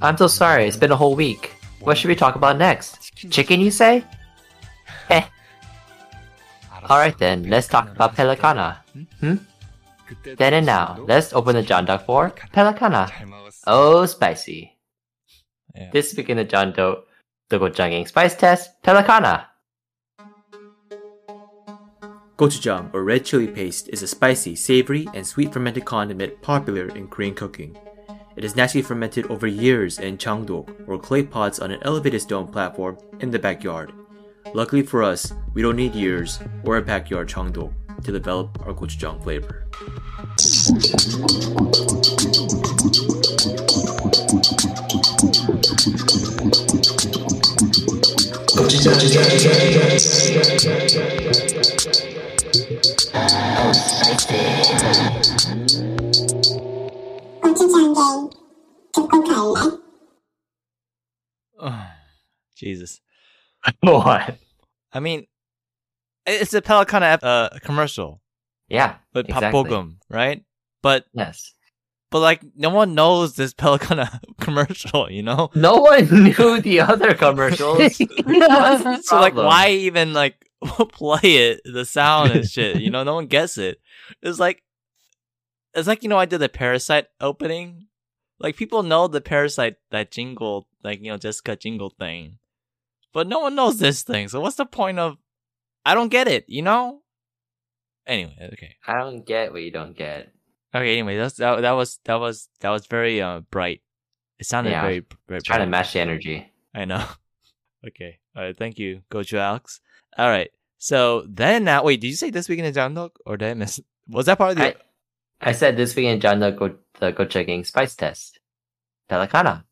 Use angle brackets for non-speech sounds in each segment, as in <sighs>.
I'm so sorry. It's been a whole week. What should we talk about next? Chicken, you say? Heh. Alright then, let's talk about Pelicana. Hmm? Then and now, let's open the John Doe for Pelicana. Oh, spicy. Yeah. This week in the John Doe, the Gochujang Spice Test, Pelicana. Gochujang, or red chili paste, is a spicy, savory, and sweet fermented condiment popular in Korean cooking. It is naturally fermented over years in changdok, or clay pots on an elevated stone platform in the backyard. Luckily for us, we don't need years or a backyard changdok to develop our gochujang flavor. 고추장 게임 듣고 갈래? Ugh, <sighs> Jesus. What? I mean, it's a Pelicana uh, commercial Yeah. with Pop exactly. Bogum, right? But Yes. but like no one knows this Pelicana <laughs> commercial, you know. No one <laughs> knew the other commercials. <laughs> so like, why even like <laughs> play it? The sound and shit, you know. No one gets it. It's like it's like you know I did the Parasite opening. Like people know the Parasite that jingle, like you know Jessica jingle thing, but no one knows this thing. So what's the point of? I don't get it, you know. Anyway, okay. I don't get what you don't get. Okay. Anyway, that's that, that was that was that was very uh bright. It sounded Yeah. very very Trying to bright. match the energy. I know. <laughs> okay. All right. Thank you, Gochu Alex. All right. So then now, wait. Did you say this week in the John Dog, or did I miss? Was that part of I, the? I said this weekend, John, the go, the go checking spice test. Pelicana.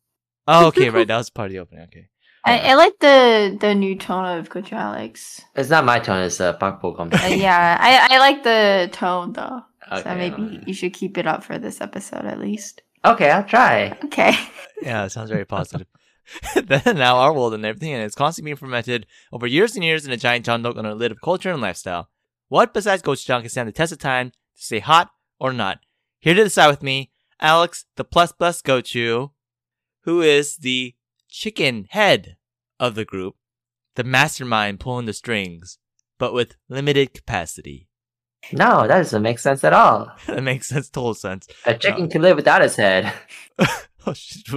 oh, okay. Right. That was part of the opening. Okay. I, I like the the new tone of Coach Alex. It's not my tone, it's uh, Pak Bogum. <laughs> Uh, yeah, I, I like the tone though. so Okay, maybe alright. you should keep it up for this episode at least. Okay, I'll try. Okay. <laughs> Yeah. It sounds very positive. <laughs> then and now our world and everything, and it's constantly being fermented over years and years in a giant John Dog on a lid of culture and lifestyle. What besides gochujang can stand the test of time to stay hot or not? Here to decide with me, Alex, the plus plus gochu, who is the chicken head of the group, the mastermind pulling the strings, but with limited capacity. <laughs> No, that doesn't make sense at all. that makes sense, total sense. <laughs> A chicken can live without its head. <laughs> Oh, shit,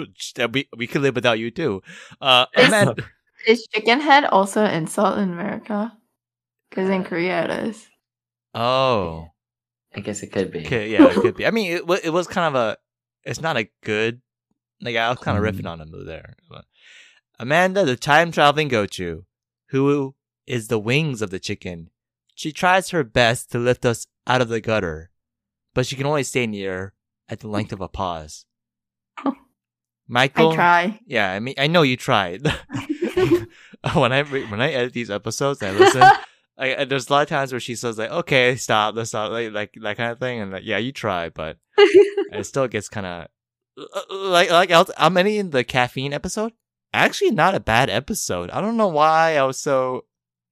we, we could live without you too. Uh, Is- Amanda- Is chicken head also an insult in America? Because in Korea it is. oh. I guess it could be. Okay, yeah, it could <laughs> be. I mean, it, wa- it was kind of a. It's not a good. Like I was kind of Mm-hmm. riffing on him there. But- Amanda, the time traveling gochu, who is the wings of the chicken. She tries her best to lift us out of the gutter, but she can only stay in the air at the length of a pause. Michael, I try. <laughs> yeah, I mean, I know you tried. <laughs> when I re- when I edit these episodes, I <laughs> listen. I, I- there's a lot of times where she says like, "Okay, stop, let's stop," like like that kind of thing, and like, yeah, you try, <laughs> but it still gets kind of like like else. I'm any in the caffeine episode. Actually, not a bad episode. I don't know why I was so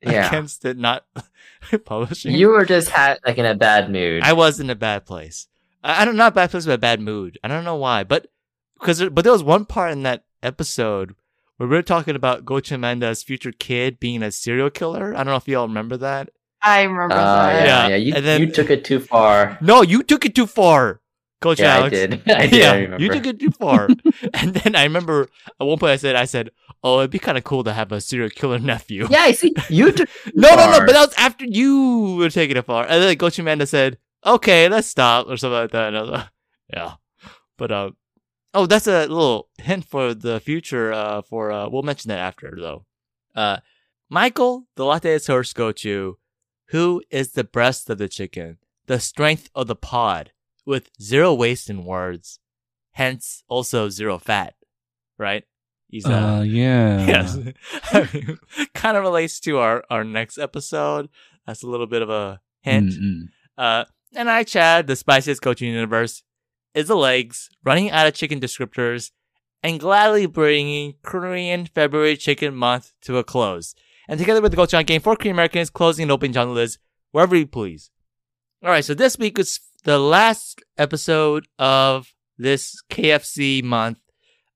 Yeah. against it not <laughs> publishing. You were just had like in a bad mood. Uh, I was in a bad place. I, I don't not a bad place, but a bad mood. I don't know why, but because there, but there was one part in that episode where we were talking about Gocha Manda's future kid being a serial killer. I don't know if y'all remember that. I remember Oh, yeah, that. Yeah, yeah. You, and then- you took it too far. No, you took it too far, Gocha. Yeah, I Alex. did. <laughs> <laughs> I did. I remember. you took it <laughs> too far. and then I remember at one point I said, I said, oh, it'd be kind of cool to have a serial killer nephew. Yeah, I see. <laughs> You took. No, no, no. far. But that was after you were taking it far. And then Gochu Manda said, "Okay, let's stop" or something like that. And I was like, <laughs> yeah, but uh, oh, that's a little hint for the future. Uh, for uh, we'll mention that after though. Uh, Michael, the latte is horse Gochu, who is the breast of the chicken, the strength of the pod, with zero waste in words, hence also zero fat. Right? He's uh, <laughs> Uh, yeah. yes Um, <laughs> kind of relates to our our next episode that's a little bit of a hint Mm-mm. uh and i chad the spiciest coaching universe is the legs running out of chicken descriptors and gladly bringing korean february chicken month to a close and together with the gochujang game for korean americans closing and opening john liz wherever you please all right so this week is the last episode of this kfc month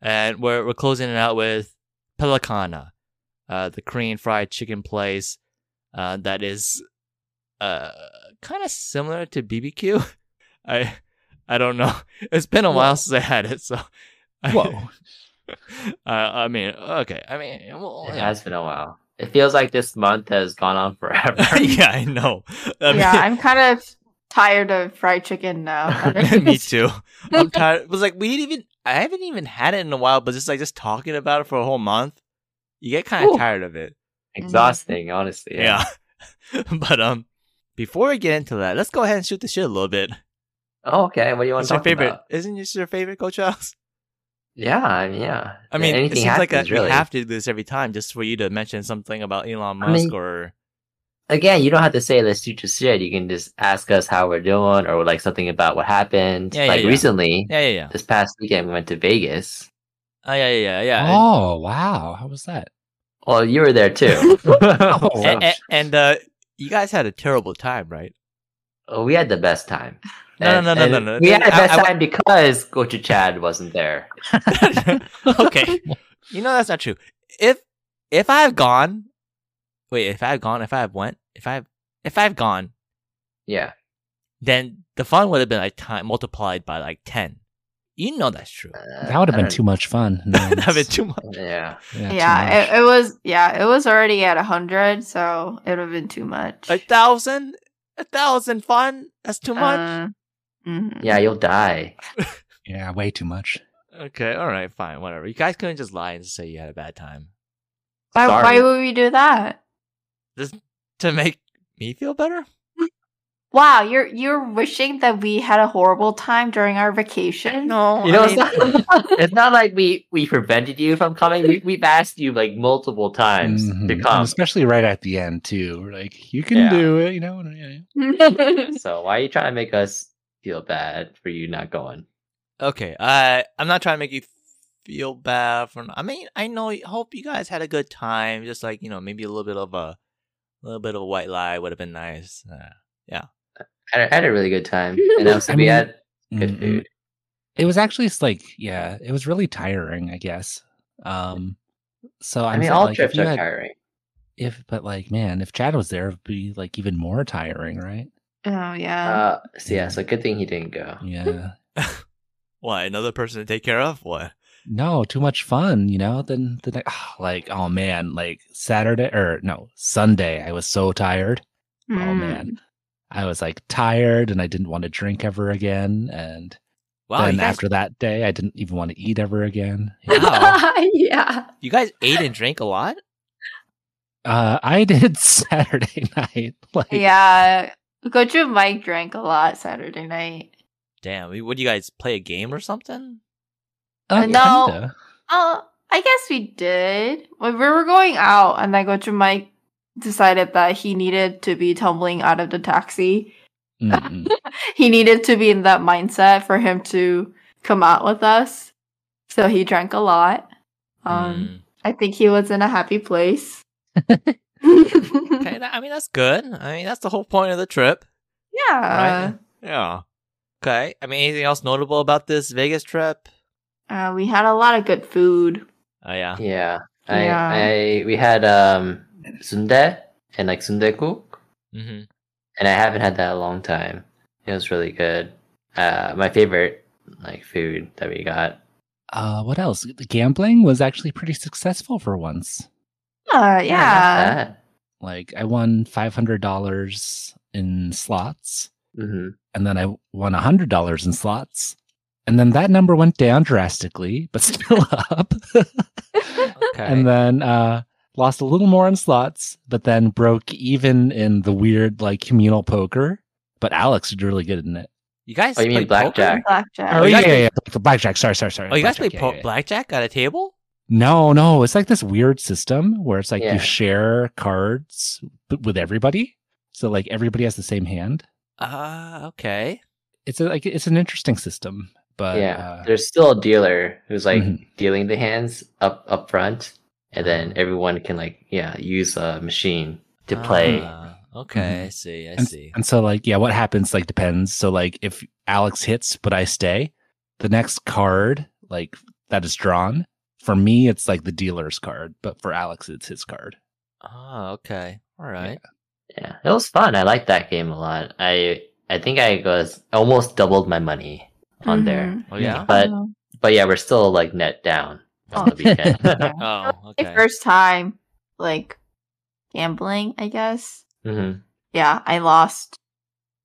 And we're we're closing it out with Pelicana, uh, the Korean fried chicken place uh, that is uh, kind of similar to BBQ. <laughs> I I don't know. <laughs> It's been a while since I had it, so <laughs> Whoa. <laughs> uh, I mean, okay. I mean, well, It yeah. has been a while. It feels like this month has gone on forever. <laughs> yeah, I know. I yeah, <laughs> I'm kind of tired of fried chicken now. me <laughs> too. I'm tired. It was like we didn't even. I haven't even had it in a while, but just like just talking about it for a whole month, you get kind Ooh. of tired of it. Exhausting, honestly. Yeah. <laughs> but um, before we get into that, let's go ahead and shoot the shit a little bit. Oh, okay. What do you want What's to your talk favorite? about? Isn't this your favorite, Coach Charles? Yeah, I mean, yeah. I mean, anything it seems happens, like a, really. we have to do this every time just for you to mention something about Elon I mean- Musk or Again, you don't have to say let's shoot your shit. You can just ask us how we're doing or like something about what happened. Yeah, yeah, like yeah. recently, yeah, yeah, yeah, this past weekend, we went to Vegas. oh, yeah, yeah, yeah. yeah. Oh wow, how was that? Well, you were there <laughs> too. <laughs> Oh. and, and, and, uh, you guys had a terrible time, right? <laughs> Oh, we had the best time. No, no, no, no, no, no. We had the I- best I- time because Gochu Chad wasn't there. okay. You know that's not true. If if I've gone, wait, if I've gone, if I've went, if I've if I've gone, Yeah. then the fun would have been like time multiplied by like ten. You know that's true. <laughs> Uh, That would have I been don't- too much <laughs> fun. No, That'd have been that's- too much. Yeah. yeah, too yeah, much. it, it was. Yeah, it was already at hundred, so it would have been too much. A thousand, a thousand fun. That's too much. Uh, mhm. Yeah, you'll die. yeah, way too much. okay, all right, fine, whatever. You guys couldn't just lie and say you had a bad time Why, Sorry. why would we do that? to make me feel better. Wow, you're you're wishing that we had a horrible time during our vacation. Oh, No, You know, I it's mean- not, <laughs> it's not like we we prevented you from coming. We, we've asked you like multiple times Mhm. to And come. especially right at the end too. We're like, you can Yeah. do it, you know. and- yeah. So why are you trying to make us feel bad for you not going? Okay, I I'm not trying to make you feel bad for. I mean, I know. Hope you guys had a good time. Just like you know, maybe a little bit of a, little bit of a white lie would have been nice. Uh, I had, I had a really good time, <laughs> and also I we mean- had good Mm, mm. food. It was actually just like, yeah, it was really tiring, I guess. Um, so I I'm mean, saying, all like, if trips you are had- tiring. If but like, man, if Chad was there, it'd be like even more tiring, right? Oh yeah. Uh, so yeah, so good thing he didn't go. Yeah. what another person to take care of? What? No, too much fun, you know. Then the next, like, oh man, like Saturday or no Sunday, I was so tired. Oh Mm. <laughs> man, I was like tired, and I didn't want to drink ever again. And Wow, then you guys, after that day, I didn't even want to eat ever again. <laughs> <laughs> wow, yeah. you guys ate and drank a lot. Uh, I <laughs> did Saturday <laughs> night. Like, Yeah. Goju and Mike drank a lot Saturday night. Damn, we- would you guys play a game or something? uh, No. kinda. Oh, I guess we did. When we were going out, and then Goju and Mike decided that he needed to be tumbling out of the taxi. Mm-mm. He needed to be in that mindset for him to come out with us. So he drank a lot. Um, I think he was in a <laughs> happy place. <laughs> Hmm. yeah. Okay, that- I mean that's good. I mean that's the whole point of the trip. Uh, Right. Yeah. Okay. I mean, anything else notable about this Vegas trip? Uh, we had a lot of good food. Oh yeah. Yeah, I, Yeah. I we had um sundae and like sundae cook, Mm-hmm. <laughs> and I haven't had that in a long time. It was really good. Uh, my favorite like food that we got. Uh, what else? The gambling was actually pretty successful for once. Uh, yeah. Like, I won five hundred dollars in slots, hmm and then I won hundred dollars in slots, and then that number went down drastically, but <laughs> still <laughs> up. Okay. and then uh, lost a little more in slots, but then broke even in the weird like communal poker. But Alex did really good in it. you guys. Oh, you mean play poker? blackjack? Blackjack. Oh, you yeah, guys yeah, play- yeah. The blackjack. Sorry, sorry, sorry. Oh, you guys play Blackjack, yeah, po- yeah, yeah. blackjack at a table? No, no, it's like this weird system where it's like Yeah. you share cards b- with everybody, so like everybody has the same hand. Ah, okay. It's a, like it's an interesting system, but yeah, uh, there's still a dealer who's like Mhm. dealing the hands up up front, and then everyone can like yeah use a machine to play. Ah, okay, I see. I and, see. and so like yeah, what happens like depends. So like if Alex hits but I stay, the next card like that is drawn. For me, it's like the dealer's card, but for Alex, it's his card. Ah, okay. All right. Yeah, it was fun. I liked that game a lot. I I think I was almost doubled my money on there. Mhm. Oh yeah. But Oh. but yeah, we're still like net down on the Oh. <laughs> weekend. Oh, <laughs> My okay. first time, like gambling, I guess. hmm Yeah, I lost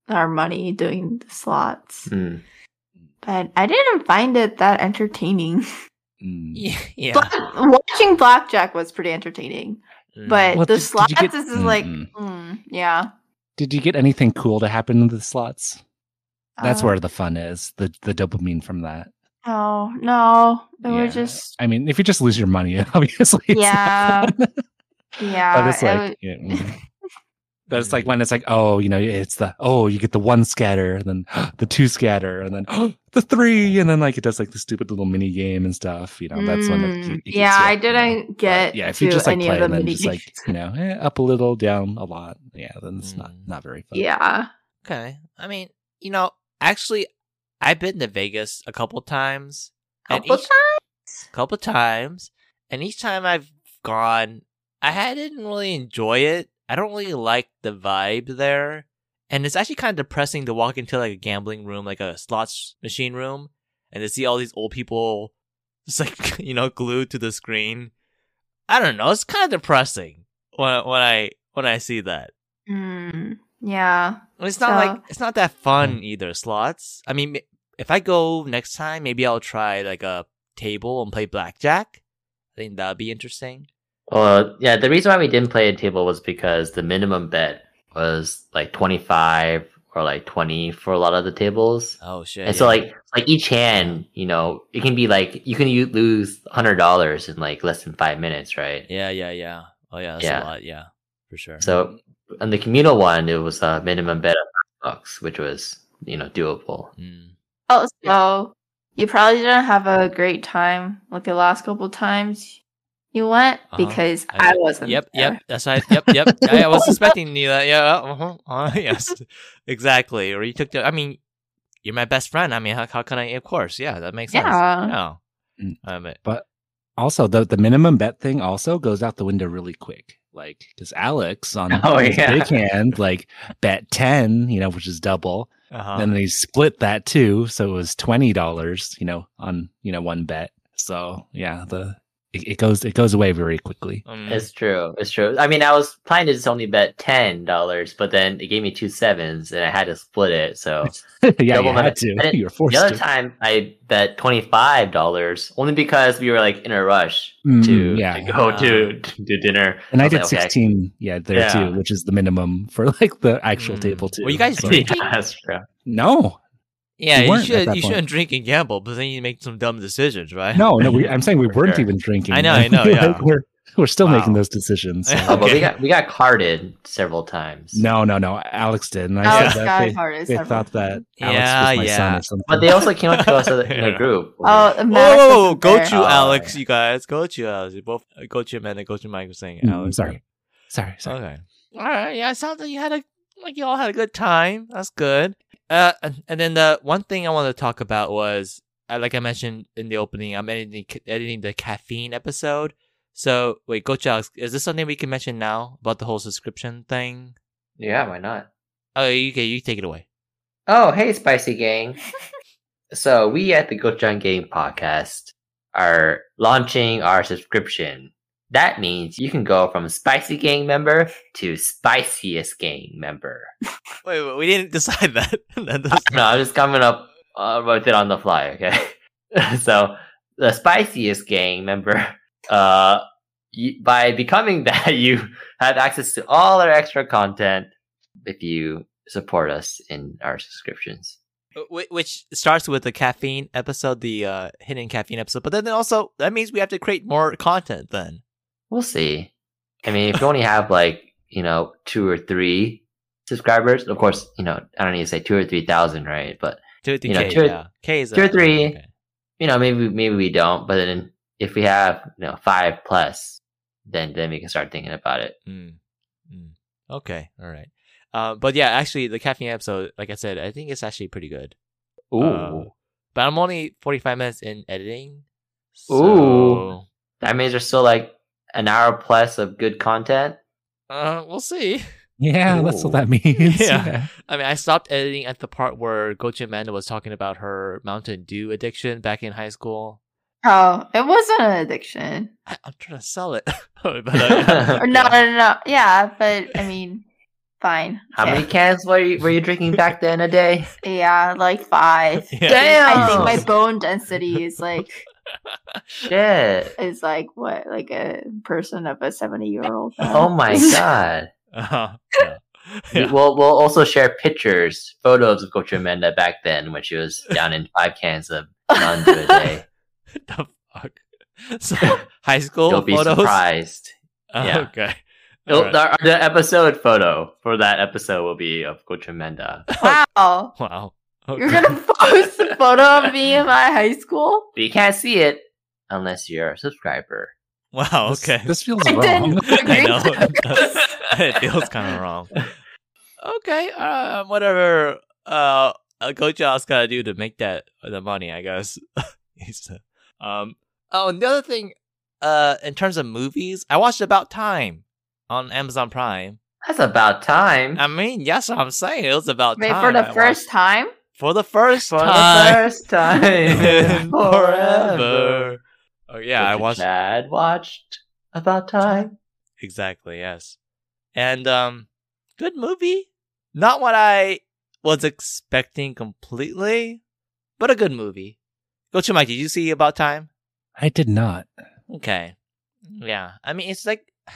our money doing the slots, Hmm. Mm. but I didn't find it that entertaining. <laughs> Mm. Yeah. yeah. But watching blackjack was pretty entertaining, Hmm. Mm. but What the did- did you slots get- is just like, Mm-mm. mm, yeah. Did you get anything cool to happen in the slots? That's Uh, where the fun is. The the dopamine from that. Oh no, it was Yeah. just I mean, if you just lose your money, <laughs> obviously. <laughs> it's not Yeah. fun. yeah. but it's it like, was- <laughs> yeah, mm. but it's like when it's like, oh, you know, it's the oh, you get the one scatter, and then <gasps> the two scatter, and then <gasps> the three, and then like it does like the stupid little mini game and stuff. You know, that's when. It, Mm, it gets yeah, you, I you know. didn't But, get yeah, if you to just like any play of the and then mini <laughs> just like you know, eh, up a little, down a lot. Yeah, then it's not Mm. not very fun. yeah. Okay. I mean, you know, actually, I've been to Vegas a couple times. and Couple each- Couple times, and each time I've gone, I had- didn't really enjoy it. I don't really like the vibe there, and it's actually kind of depressing to walk into like a gambling room, like a slots machine room, and to see all these old people just like <laughs> you know glued to the screen. I don't know. It's kind of depressing when when I when I see that. Mm, yeah. Well, It's not So- like it's not that fun either. Slots. I mean, m- if I go next time, maybe I'll try like a table and play blackjack. I think that'd be interesting. Well, yeah, the reason why we didn't play a table was because the minimum bet was like 25 or like 20 for a lot of the tables. Oh shit! And so yeah. like like each hand, you know, it can be like you can u- lose $100 in like less than 5 minutes, right? yeah, yeah, yeah. Oh yeah, that's Yeah. a lot. Yeah, for sure. So on the communal one, it was a minimum bet of 5 bucks, which was, you know, doable. Mm. Oh, so you probably didn't have a great time like the last couple times you went Uh-huh. because I- I, wasn't. Yep, there. yep. That's right. Yep, <laughs> yep. I, I was suspecting you. That. Yeah. Uh-huh. <laughs> uh yes. Exactly. Or you took the. I mean, you're my best friend. I mean, how, how can I? Of course. Yeah, that makes sense. Yeah. No. Mm. Um, it- Also, the the minimum bet thing also goes out the window really quick. Like, because Alex on <laughs> Oh, his yeah. big hand, like bet ten, you know, which is double. uh-huh. Then they split that too, so it was twenty dollars, you know, on you know one bet. So yeah, the it, it goes it goes away very quickly. <laughs> Mm. It's true. It's true. I mean, I was planning to just only bet ten dollars, but then it gave me two sevens, and I had to split it. <laughs> So yeah, Double you had bet. I <laughs> to. didn't- You were forced the other to. time I bet twenty five dollars only because we were like in a rush Mm, to, yeah. to go to to dinner. and I was did like, okay, sixteen, yeah, there Yeah. too, which is the minimum for <laughs> like the actual Mm. table too. Were you <laughs> guys So- can- drinking? Yeah, that's true. No, Yeah, You you, weren't at should that you point. shouldn't drink and gamble, but then you make some dumb decisions, right? no, no. <laughs> We, I'm saying we For weren't sure. even drinking. I know, <laughs> I know, Like, yeah. we're we're still making Wow. those <laughs> decisions. so- <laughs> Oh, but Okay. we got we got carded several times. No, no, no. Alex did, and I Alex said got that hardest. they, they thought that Alex Yeah, was my son yeah. or something. But they also came up to us <laughs> as a- in Yeah. a group. Oh, Whoa, Maddox whoa, whoa, wasn't go there. to Oh, Alex, you guys. Go to Alex. You both uh, go to Amanda, go to Michael saying Mm, Alex. sorry, sorry, sorry. Okay. All right. Yeah, it sounds like you had a like you all had a good time. That's good. Uh, and- and then the one thing I wanted to talk about was, uh, like I mentioned in the opening, I'm editing editing the caffeine episode. So wait, go to Alex. Is this something we can mention now about the whole subscription thing? yeah, why not? Oh, you, okay, you take it away. Oh, hey, Spicy Gang. so, we at the Gochujang Game Podcast are launching our subscription. That means you can go from Spicy Gang member to Spiciest Gang member. Wait, wait we didn't <laughs> decide that. <laughs> no, I'm just coming up uh, with it on the fly, okay? <laughs> so, the Spiciest Gang member, <laughs> uh, you, by becoming <laughs> that, you have access to all our extra content if you support us in our subscriptions. Wh- which starts with the caffeine episode, the uh, hidden caffeine episode. But then also that means we have to create more content. Then We'll see. I mean, if you only have like, you know, two or three subscribers, of course, you know, I don't need to say two or three thousand, right? But two or three You know, K, two or- yeah. K is a- two or three. okay. you know, maybe maybe we don't, but then if we have, you know, five plus, then then we can start thinking about it. Mm. Mm. Okay, all right. Uh, but yeah, actually, the caffeine episode, like I said, I think it's actually pretty good. Uh, but I'm only 45 minutes in editing, Ooh. That means there's still like an hour plus of good content. So, uh, we'll see. Yeah, that's Ooh. what that means. Yeah. I mean, I stopped editing at the part where Gochi Amanda was talking about her Mountain Dew addiction back in high school. Oh, it wasn't an addiction. I, I'm trying to sell it. <laughs> <laughs> But, uh, <laughs> Or no, yeah. no, no, no. Yeah, but I mean, fine. How yeah. many cans were you, were you drinking back then a day? Yeah, <laughs> like five. Yeah. I Damn. think my bone density is like Shit. is like what like a person of a seventy year old. Oh <laughs> my god. Uh-huh. Yeah. Yeah. We'll we'll also share pictures, photos of Coach Amanda back then when she was down in five cans of none to a day. the fuck? So high school You'll be photos. <laughs> surprised. Oh, yeah. Okay. It'll- Alright. the, the episode photo for that episode will be of Coach Amanda. Wow, Wow. Okay. <laughs> <laughs> you're gonna post a photo of me in my high school? But you can't see it unless you're a subscriber. Wow. <laughs> This- Okay. This feels I wrong. didn't <laughs> agree. <laughs> I know. to this. it feels kind of wrong. Okay. Um. Whatever. Uh. Coach Al's gotta do to make that the money, I guess. <laughs> He's, uh, um. Oh, and the other thing. Uh, in terms of movies, I watched About Time on Amazon Prime. That's about time. I mean, yes, I'm saying it was about Wait, time. for I the watched- first time. for the first for the time first time in <laughs> in forever. forever. Oh yeah, I Which watched Chad watched about time. Exactly, yes. And um good movie. Not what I was expecting completely, but a good movie. Go to Mike, did you see About Time? I did not. Okay. Yeah. I mean it's like <sighs>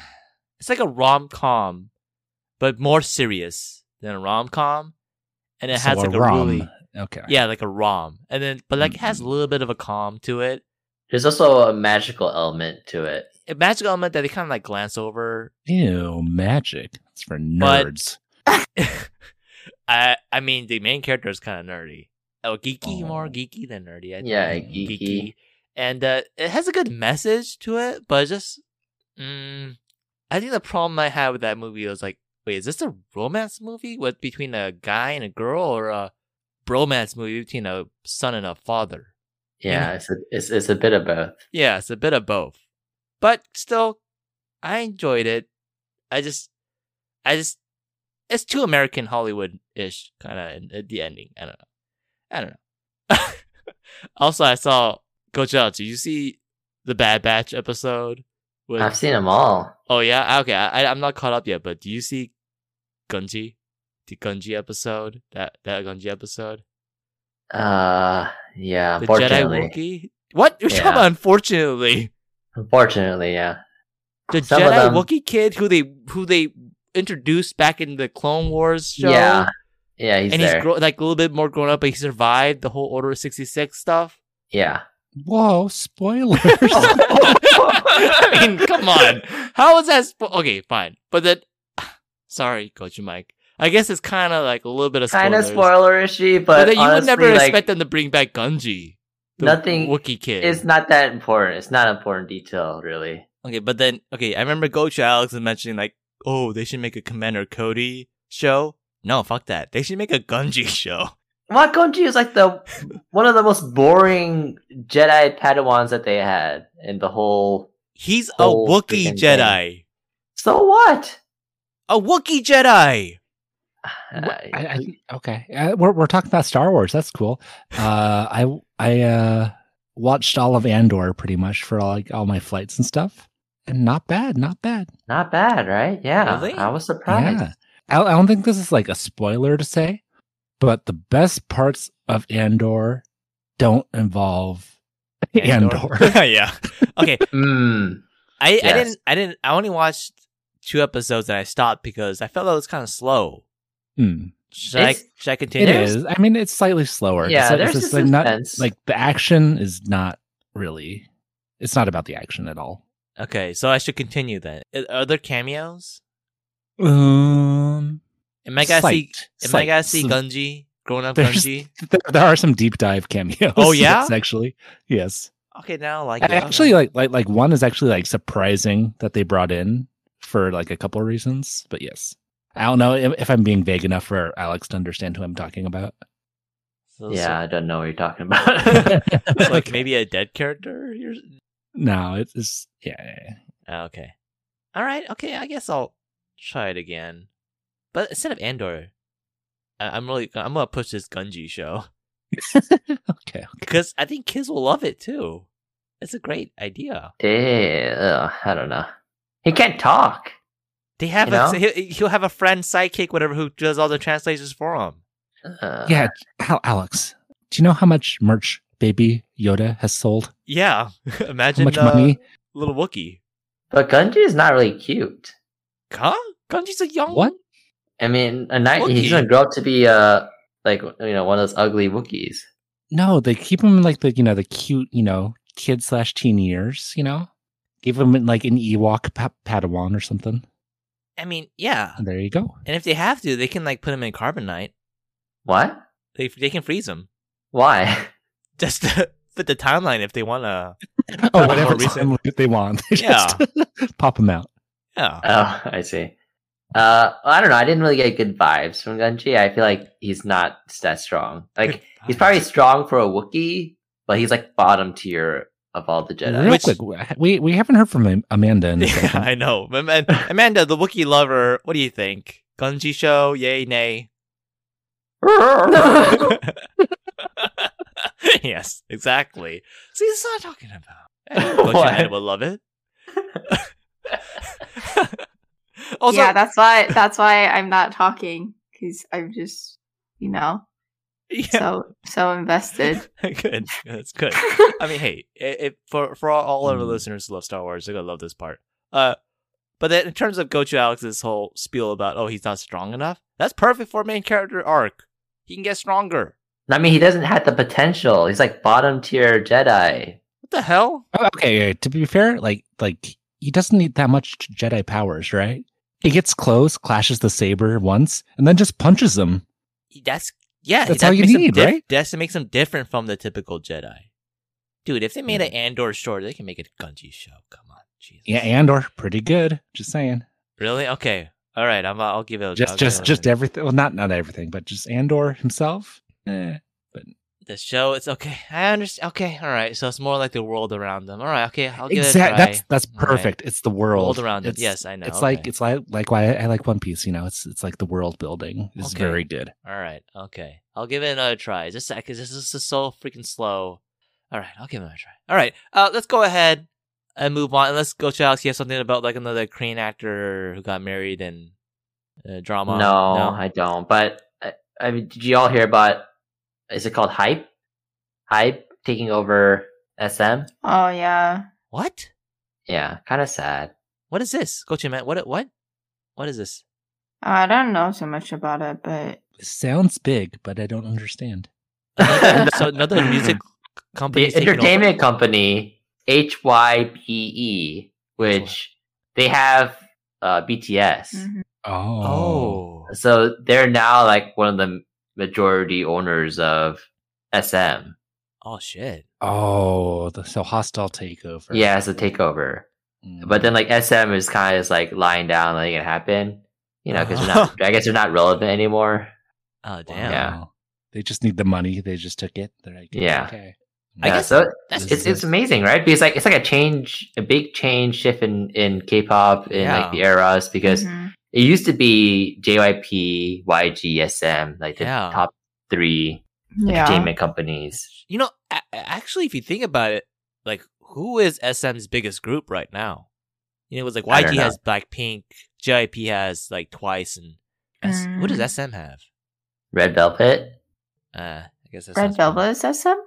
it's like a rom com, but more serious than a rom com. And it So has like a rom. really Okay. Yeah, like a rom. And then but like it has a little bit of a calm to it. There's also a magical element to it. A magical element that they kinda like glance over Ew, magic. It's for But- nerds. I I mean the main character is kind of nerdy. Oh, geeky, more Oh. geeky than nerdy. I think. Yeah, Mm, geeky. And uh, it has a good message to it, but it's just mm, I think the problem I had with that movie was like, wait, is this a romance movie with between a guy and a girl, or a bromance movie between a son and a father? Mm. Yeah, it's a, it's, it's a bit of both. Yeah, it's a bit of both. But still, I enjoyed it. I just, I just, it's too American Hollywood ish kind of in at the ending. I don't know. I don't know. <laughs> also, I saw Gojo. Did you see the Bad Batch episode? With I've seen them all. oh yeah, okay. I, I I'm not caught up yet, but do you see Gunji? The Gunji episode. That that Gunji episode. Uh, yeah. The Jedi Unfortunately, Wookiee. What? <laughs> You're talking Yeah. about unfortunately. unfortunately, yeah. the Some of Jedi them- Wookiee kid who they who they introduced back in the Clone Wars show. Yeah, yeah. He's and there. he's gro- like a little bit more grown up, but he survived the whole Order sixty <laughs> six stuff. <laughs> yeah. Whoa, spoilers. Oh. <laughs> I mean, come on, how is that? Spo- okay, fine, but then, <sighs> sorry, Coach Mike. I guess it's kind of like a little bit of Kind of spoilers. spoilerishy, But but, then you honestly, would never like, expect them to bring back Gunji, the Nothing Wookiee kid. It's not that important. It's not important detail, really. Okay, but then okay, I remember Gocha Alex was mentioning like, oh, they should make a Commander Cody show. No, fuck that. They should make a Gunji <laughs> show. Wakonji is like <laughs> the one of the most boring Jedi Padawans that they had in the whole. He's a Whole Wookiee freaking Jedi. So what? A Wookiee <laughs> Jedi. Uh, I, I, think- okay, uh, we're we're talking about Star Wars. That's cool. Uh, I I uh, watched all of Andor pretty much for all, like all my flights and stuff, and not bad, not bad. not bad, right? Yeah, Really? I was surprised. Yeah, I, I don't think this is like a spoiler to say, but the best parts of Andor don't <laughs> involve Andor. <laughs> <laughs> yeah. Okay. Mm, I, I Yes. didn't I didn't I only watched two episodes and I stopped because I felt it was kind of slow. Hmm. Should I It's- should I It continue? is. I mean, it's slightly slower. Yeah, It's like- there's it's just, a like not suspense. like the action is not really. It's not about the action at all. Okay, so I should continue then. Uh, Are there cameos? Um, Am I gonna see am I Slight. Slight. gonna see Sl- Gunji? Grown up There's- Gunji? there, there are some deep dive cameos. Oh, yeah? <laughs> yes, actually, yes. Okay, now I like And it. actually, like like like one is actually like surprising that they brought in for like a couple of reasons. <laughs> But <laughs> yes, I don't know if, if I'm being vague enough for Alex to understand who I'm talking about. So- so- Yeah, I don't know what you're talking <laughs> about. <laughs> like maybe a dead character. You're... no, it's, it's yeah, yeah, yeah. Oh, okay. All right. Okay. I guess I'll try it again, but instead of Andor, I- I'm really I'm gonna push this Gunji show <laughs> Okay, okay. because I think kids will love it too. It's a great idea. yeah, I don't know. He can't talk. They have You a, know? he'll, he'll have a friend sidekick whatever who does all the translations for him. Uh, Yeah, Al- Alex, do you know how much merch Baby Yoda has sold? Yeah, <laughs> How imagine much uh, money? little Wookie. But Gunji is not really cute. Huh? Gunji's a young What? I mean, a night Wookiee. he's gonna grow up to be uh like you know one of those ugly Wookiees. No, they keep him in like the you know the cute you know kid slash teen years. You know, give him like an Ewok pa- Padawan or something. I mean, yeah. And there you go. <laughs> And if they have to, they can like put him in carbonite. What? They they can freeze him <laughs> Why? <laughs> just to fit the timeline if they want to. Oh, More whatever recent. time they want. <laughs> They just <laughs> pop him out. Yeah. Oh, I see. Uh, I don't know. I didn't really get good vibes from Gunji. I feel like he's not that strong. Like he's probably strong for a Wookiee, but he's like bottom tier of all the Jedi. Real Which- quick, we we haven't heard from Am- Amanda in a <laughs> Yeah, second. I know. Am- <laughs> Am- Amanda, the Wookiee lover, what do you think? Gunji show, yay, <laughs> nay. <laughs> yes, exactly. See, this is what I'm talking <laughs> about. Gunji What? Amanda will <laughs> love it. <laughs> also, yeah, that's why. That's why I'm not talking because I'm just, you know, <laughs> <laughs> yeah. so so <laughs> invested. good. That's good. I mean, hey, it, it, for for all, all Mm. of our listeners who love Star Wars, they're gonna love this part. Uh, but then in terms of Gochu Alex's whole spiel about oh he's not strong enough, that's perfect for a main character arc. He can get stronger. I mean, he doesn't have the potential. He's like bottom tier Jedi. What the hell? Oh, okay, yeah, to be fair, like like he doesn't need that much Jedi powers, right? He gets close, clashes the saber once, and then just punches him. He- That's yeah. That's that all you makes him need, diff- right? That's what makes him different from the typical Jedi. Dude, if they made an Andor short, they can make a Gunji show. Come on, Jesus. Yeah, Andor, pretty good. Just saying. really? Okay. All right. I'm. I'll give it. A, Just I'll give just it a- just everything. Well, not not everything, but just Andor himself. Eh. the show it's okay i understand okay all right so it's more like the world around them all right okay i'll give it a Exactly. try. That's that's All right. perfect. It's the world. world around them It's- yes i know It's okay. like it's like like why I like One Piece. You know, it's it's like the world building is Okay. very good. all right okay i'll give it another try just because this is just so freaking slow all right i'll give it another try all right uh let's go ahead and move on and let's go to alex you have something about like another korean actor who got married and uh, drama no, I don't. But I, I mean, did you all hear about? Is it called hype? Hype taking over SM. Oh yeah, what Yeah, kind of sad. what is this go to man what what what is <laughs> this I don't know so much about it, but It sounds big, but I don't understand. another, so another music company the entertainment company HYBE, E, which they have uh, BTS. Mm-hmm. mhm. oh So they're now like one of the majority owners of SM. oh shit Oh, the, so hostile takeover. Yeah, as a takeover. Mm. But then like SM is kind of just like lying down, letting it happen. You know, because Uh-huh. not. I guess they're not relevant anymore. Oh Wow. damn! Yeah. They just need the money. They just took it. They're like, it's Yeah. okay. I yeah, guess so that's it's it's amazing, right? Because like it's like a change, a big change shift in in K-pop in Yeah. like the eras because Mhm. it used to be JYP, YG, SM, like the Yeah. top three yeah, entertainment companies. you know. a- a- Actually, if you think about it, like who is SM's biggest group right now? You know, it was like I don't YG know. has Blackpink, JYP has like Twice, and S- what does Mm. SM have? Red Velvet, Uh, I guess that Red sounds familiar. Velvet is SM.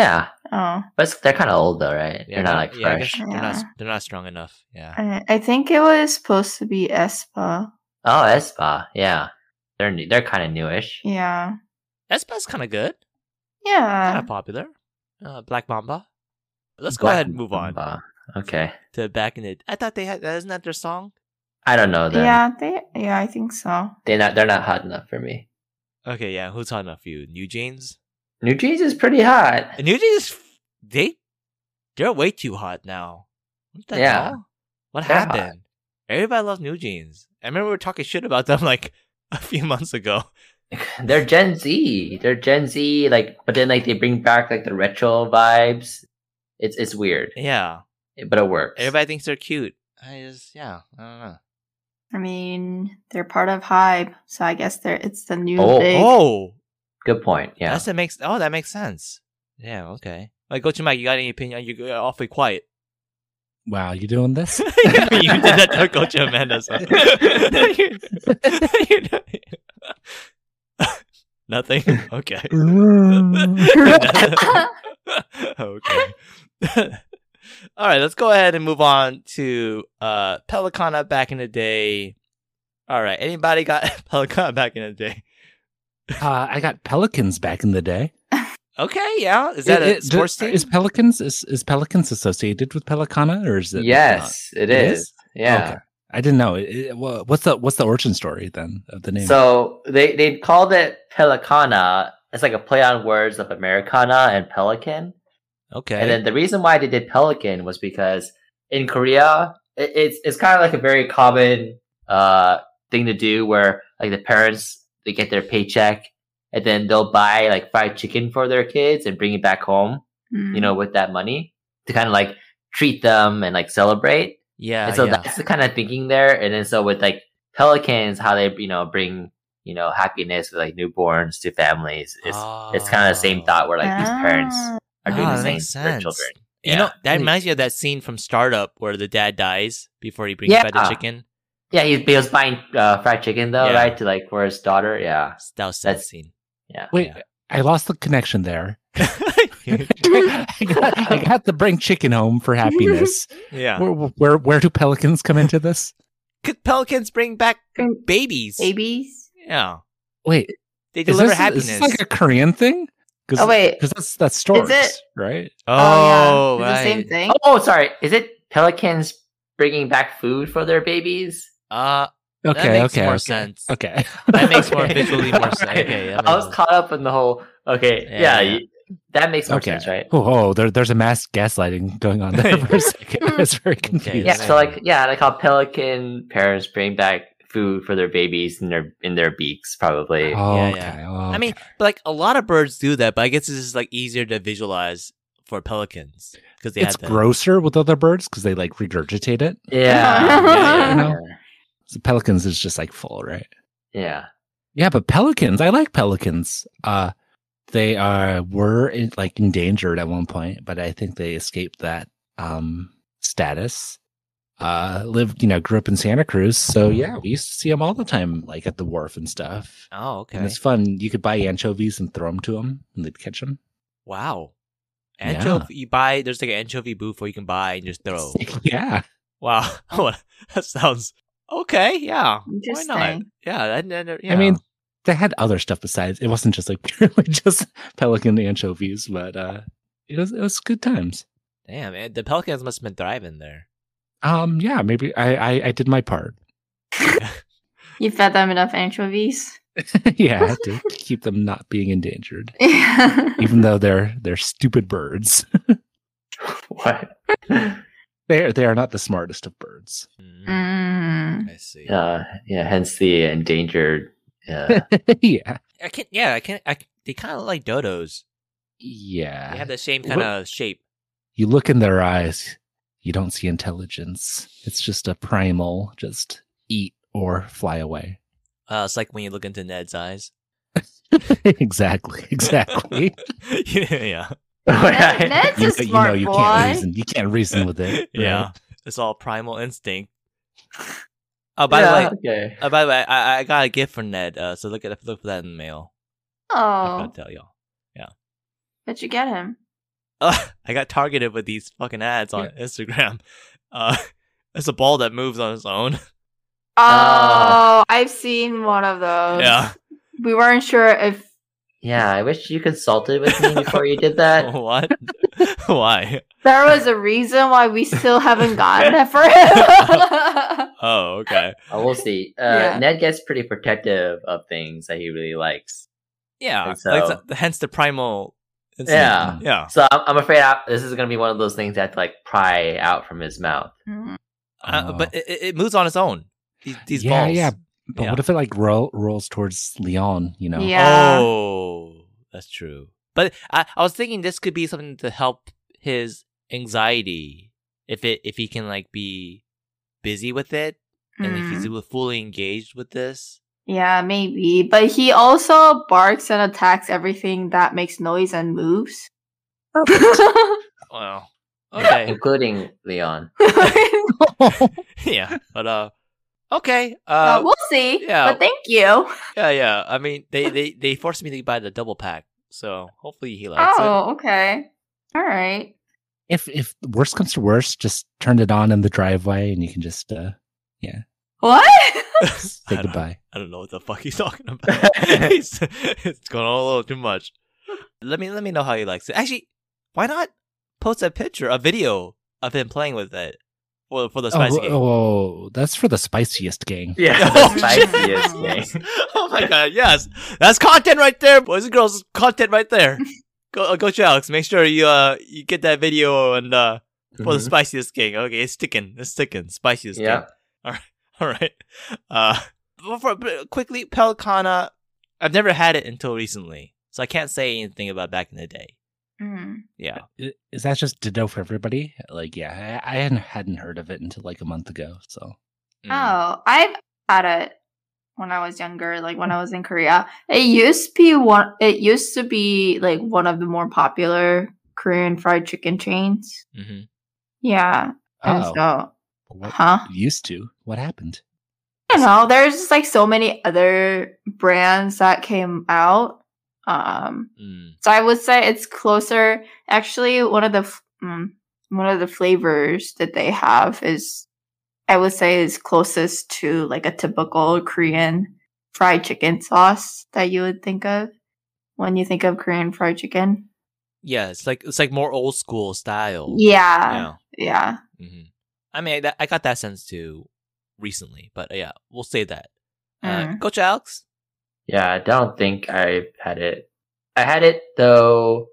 yeah, Oh, but it's- they're kind of old though, right? Yeah, they're not like yeah, I fresh. guess They're not. Yeah. They're not strong enough. Yeah. I, I think it was supposed to be Espa. Oh, Espa, yeah, they're new, they're kind of newish. Yeah, Espa's kind of good. Kind yeah. of popular. Uh, Black Mamba. Let's go Black ahead and move on Mamba. Okay, to back in the. I thought they had. Isn't that their song? I don't know them. Yeah, they. Yeah, I think so. They're not they're not hot enough for me. Okay, yeah. Who's hot enough for you? New Jeans. New Jeans is pretty hot. And New Jeans, they they're way too hot now. What the Yeah. hell? What They're hot. happened? <laughs> Everybody loves New Jeans. I remember we were talking shit about them like a few months ago. they're Gen Z. They're Gen Z. Like, but then like they bring back like the retro vibes. It's it's weird, Yeah. but it works. Everybody thinks they're cute. I just, yeah, I don't know. I mean, they're part of Hype, so I guess they're it's the new Oh, big. Oh, Good point. Yeah. that's that makes. Oh, that makes sense. Yeah. Okay. Like, go to Mike. You got any opinion? You're awfully quiet. <laughs> Wow, you doing <laughs> this? <laughs> you did that to Coach Amanda. So. <laughs> <laughs> <laughs> Nothing. Okay. Mm. <laughs> oh. <laughs> okay. <laughs> All right, let's go ahead and move on to uh Pelicana back in the day. All right, anybody got <laughs> Pelicana back in the day? Uh, I got Pelicans back in the day. Okay, yeah. Is that It- a it- sports d- team? Is Pelicans is, is Pelicans associated with Pelicana or is it? yes, it It is. is? Yeah. Okay. I didn't know. It- it- wha- what's the what's the origin story then of the name? So they they called it Pelicana. It's like a play on words of Americana and Pelican. Okay. And then the reason why they did Pelican was because in Korea, it, it's it's kind of like a very common uh thing to do where like the parents they get their paycheck and then they'll buy like fried chicken for their kids and bring it back home, <laughs> you Mm-hmm. know, with that money to kind of like treat them and like celebrate. yeah. And so Ah, yeah. that's the kind of thinking there. And then so with like pelicans, how they you know bring you know happiness with like newborns to families, it's it's kind of the same thought where like these parents Ah. are doing Oh. Ah, the that same makes for their sense. children. You Yeah. know, that I mean- reminds me of that scene from Startup where the dad dies before he brings back the Yeah. chicken. Yeah, he, he was buying uh, fried chicken though, Yeah. right? To like for his daughter. Yeah, That was that That's- scene. yeah. Wait, I lost the connection <laughs> there. <laughs> yeah. <laughs> I, got, I got the bring chicken home for happiness. <laughs> Where, where where do pelicans come into this? Could pelicans bring back Bring- babies? babies. Yeah. Wait, They is deliver this, is happiness. this like a Korean thing? Because Oh wait, that's that's stores, it- right? oh, yeah, right. It's the same thing. Oh, oh, sorry. Is it pelicans bringing back food for their babies? Uh, Okay, that makes okay, more okay, sense. <laughs> okay. That makes more Okay. visually more sense. Alright. Okay, that I makes was sense. caught up in the whole. Okay, yeah, Yeah, yeah. you- that makes more Okay. sense, right? Oh, oh there, there's a mass gaslighting going on <laughs> there for a second. <laughs> It's very confusing. Yeah, Yes. so like yeah, like how pelican parents bring back food for their babies in their in their beaks, probably. Oh, Yeah, okay. yeah. oh, I mean, okay. but like a lot of birds do that, but I guess this is like easier to visualize for pelicans because they Oh. it's have that. grosser with other birds because they like regurgitate it. <laughs> Yeah, yeah, yeah, No. So pelicans is just like full, right? yeah. Yeah, but pelicans, I like pelicans. Uh, they are were in, like endangered at one point, but I think they escaped that um status. Uh, lived, you know, grew up in Santa Cruz, so Mm-hmm. yeah, we used to see them all the time, like at the wharf and stuff. Oh, okay. And it's fun. You could buy anchovies and throw them to them, and they'd catch them. Wow. Yeah. Anchovy, you buy, there's like an anchovy booth where you can buy and just throw. <laughs> Yeah, Wow. <laughs> that sounds okay. Yeah. <laughs> Why not? Interesting. Yeah. That, that- yeah. I mean, they had other stuff besides. It wasn't just like <laughs> purely just pelican anchovies, but uh, it was it was good times. damn, man, the pelicans must have been thriving there. Um, yeah, maybe I I, I did my part. <laughs> You fed them enough anchovies. <laughs> yeah, I had to keep them not being endangered, even though they're they're stupid birds. <laughs> What? <laughs> They are, they are not the smartest of birds. <laughs> Mm, Mm. I see. Uh, yeah, hence the endangered. uh, Yeah. yeah, I can't, yeah, I can't, I, they kind of like dodos. They yeah. have the same kind of shape. You look in their eyes, you don't see intelligence. It's just a primal, just eat or fly away. Uh, it's like when you look into Ned's eyes. <laughs> <laughs> exactly, <laughs> exactly. yeah. Ned- Ned's you, a smart you know you can't boy. reason. You can't reason <laughs> with it. right? Yeah. It's all primal instinct. Oh, by Yeah, the way, okay. oh, by the way, I, I got a gift for Ned. Uh, so look at look for that in the mail. I Oh, forgot to tell y'all. <laughs> but you get him. Uh, I got targeted with these fucking ads on Instagram. <laughs> Uh, it's a ball that moves on its own. Oh, I've seen one of those. Ah. <laughs> <laughs> yeah. We weren't sure if Yeah, I wish you consulted with me before you did that. <laughs> Uh, what? Why? there was a reason why we still haven't gotten it for him. Oh, okay. Oh, we'll see. Uh, Yeah. Ned gets pretty protective of things that he really likes. Yeah. And so- like the- hence the primal. instinct. Yeah. Yeah. So I'm, I'm afraid I, this is going to be one of those things that like pry out from his mouth. Mm. Uh, Oh. but it, it- it moves on its own. These, these yeah, balls. yeah. But Yeah. what if it like ro- rolls towards Leon? You know, Yeah. Oh, that's true. But I, I was thinking this could be something to help his anxiety if it if he can like be busy with it <laughs> and if Hmm. he's fully engaged with this. Yeah, maybe. But he also barks and attacks everything that makes noise and moves. <laughs> Well, okay, including Leon. Uh, <laughs> yeah, but uh, okay, uh, we'll see. yeah. But thank you. yeah, yeah. I mean, they they they forced me to buy the double pack, so hopefully he likes it. Oh, okay. All right. <laughs> if if worst comes to worst, just turn it on in the driveway, and you can just uh, What? <laughs> say <laughs> <laughs> I don't- goodbye. I don't know what the fuck he's <laughs> talking about. He's- it's going on a little too much. Let me let me know how he likes it. Actually, why not post a picture, a video of him playing with it for for the Oh, spicy game? <laughs> oh, that's for the spiciest gang. <laughs> Yeah, Oh, the <laughs> spiciest yes. thing. Oh my god, yes, that's content right there, boys and girls. Content right there. Go uh, go, to Alex. Make sure you uh you get that video and uh for the <laughs> Mhm. spiciest king. Okay, it's sticking. It's sticking. Spiciest Mm-hmm. Yeah. king. <laughs> All right. Uh, before, but quickly, Pelicana. I've never had it until recently, so I can't say anything about back in the day. Mm. Yeah. I- Is that just ditto for everybody? Like, yeah, I, I hadn't- hadn't heard of it until like a month ago. So Oh, I've had it when I was younger, like when I was in Korea. It used to be one. It used to be like one of the more popular Korean fried chicken chains. Mm-hmm. Yeah, and Uh-oh. so Oh, what huh? used to? What happened? I don't know. There's just like so many other brands that came out. Um, Mm. so I would say it's closer. Actually, one of the f- mm, one of the flavors that they have is, I would say, is closest to like a typical Korean fried chicken sauce that you would think of when you think of Korean fried chicken. Yeah, it's like it's like more old school style. Yeah, Oh, Yeah. yeah. hmm I mean, that, I got that sense too recently, but uh, yeah, we'll say that. Uh, Mm. Coach Alex. Yeah, I don't think I had it. I had it though,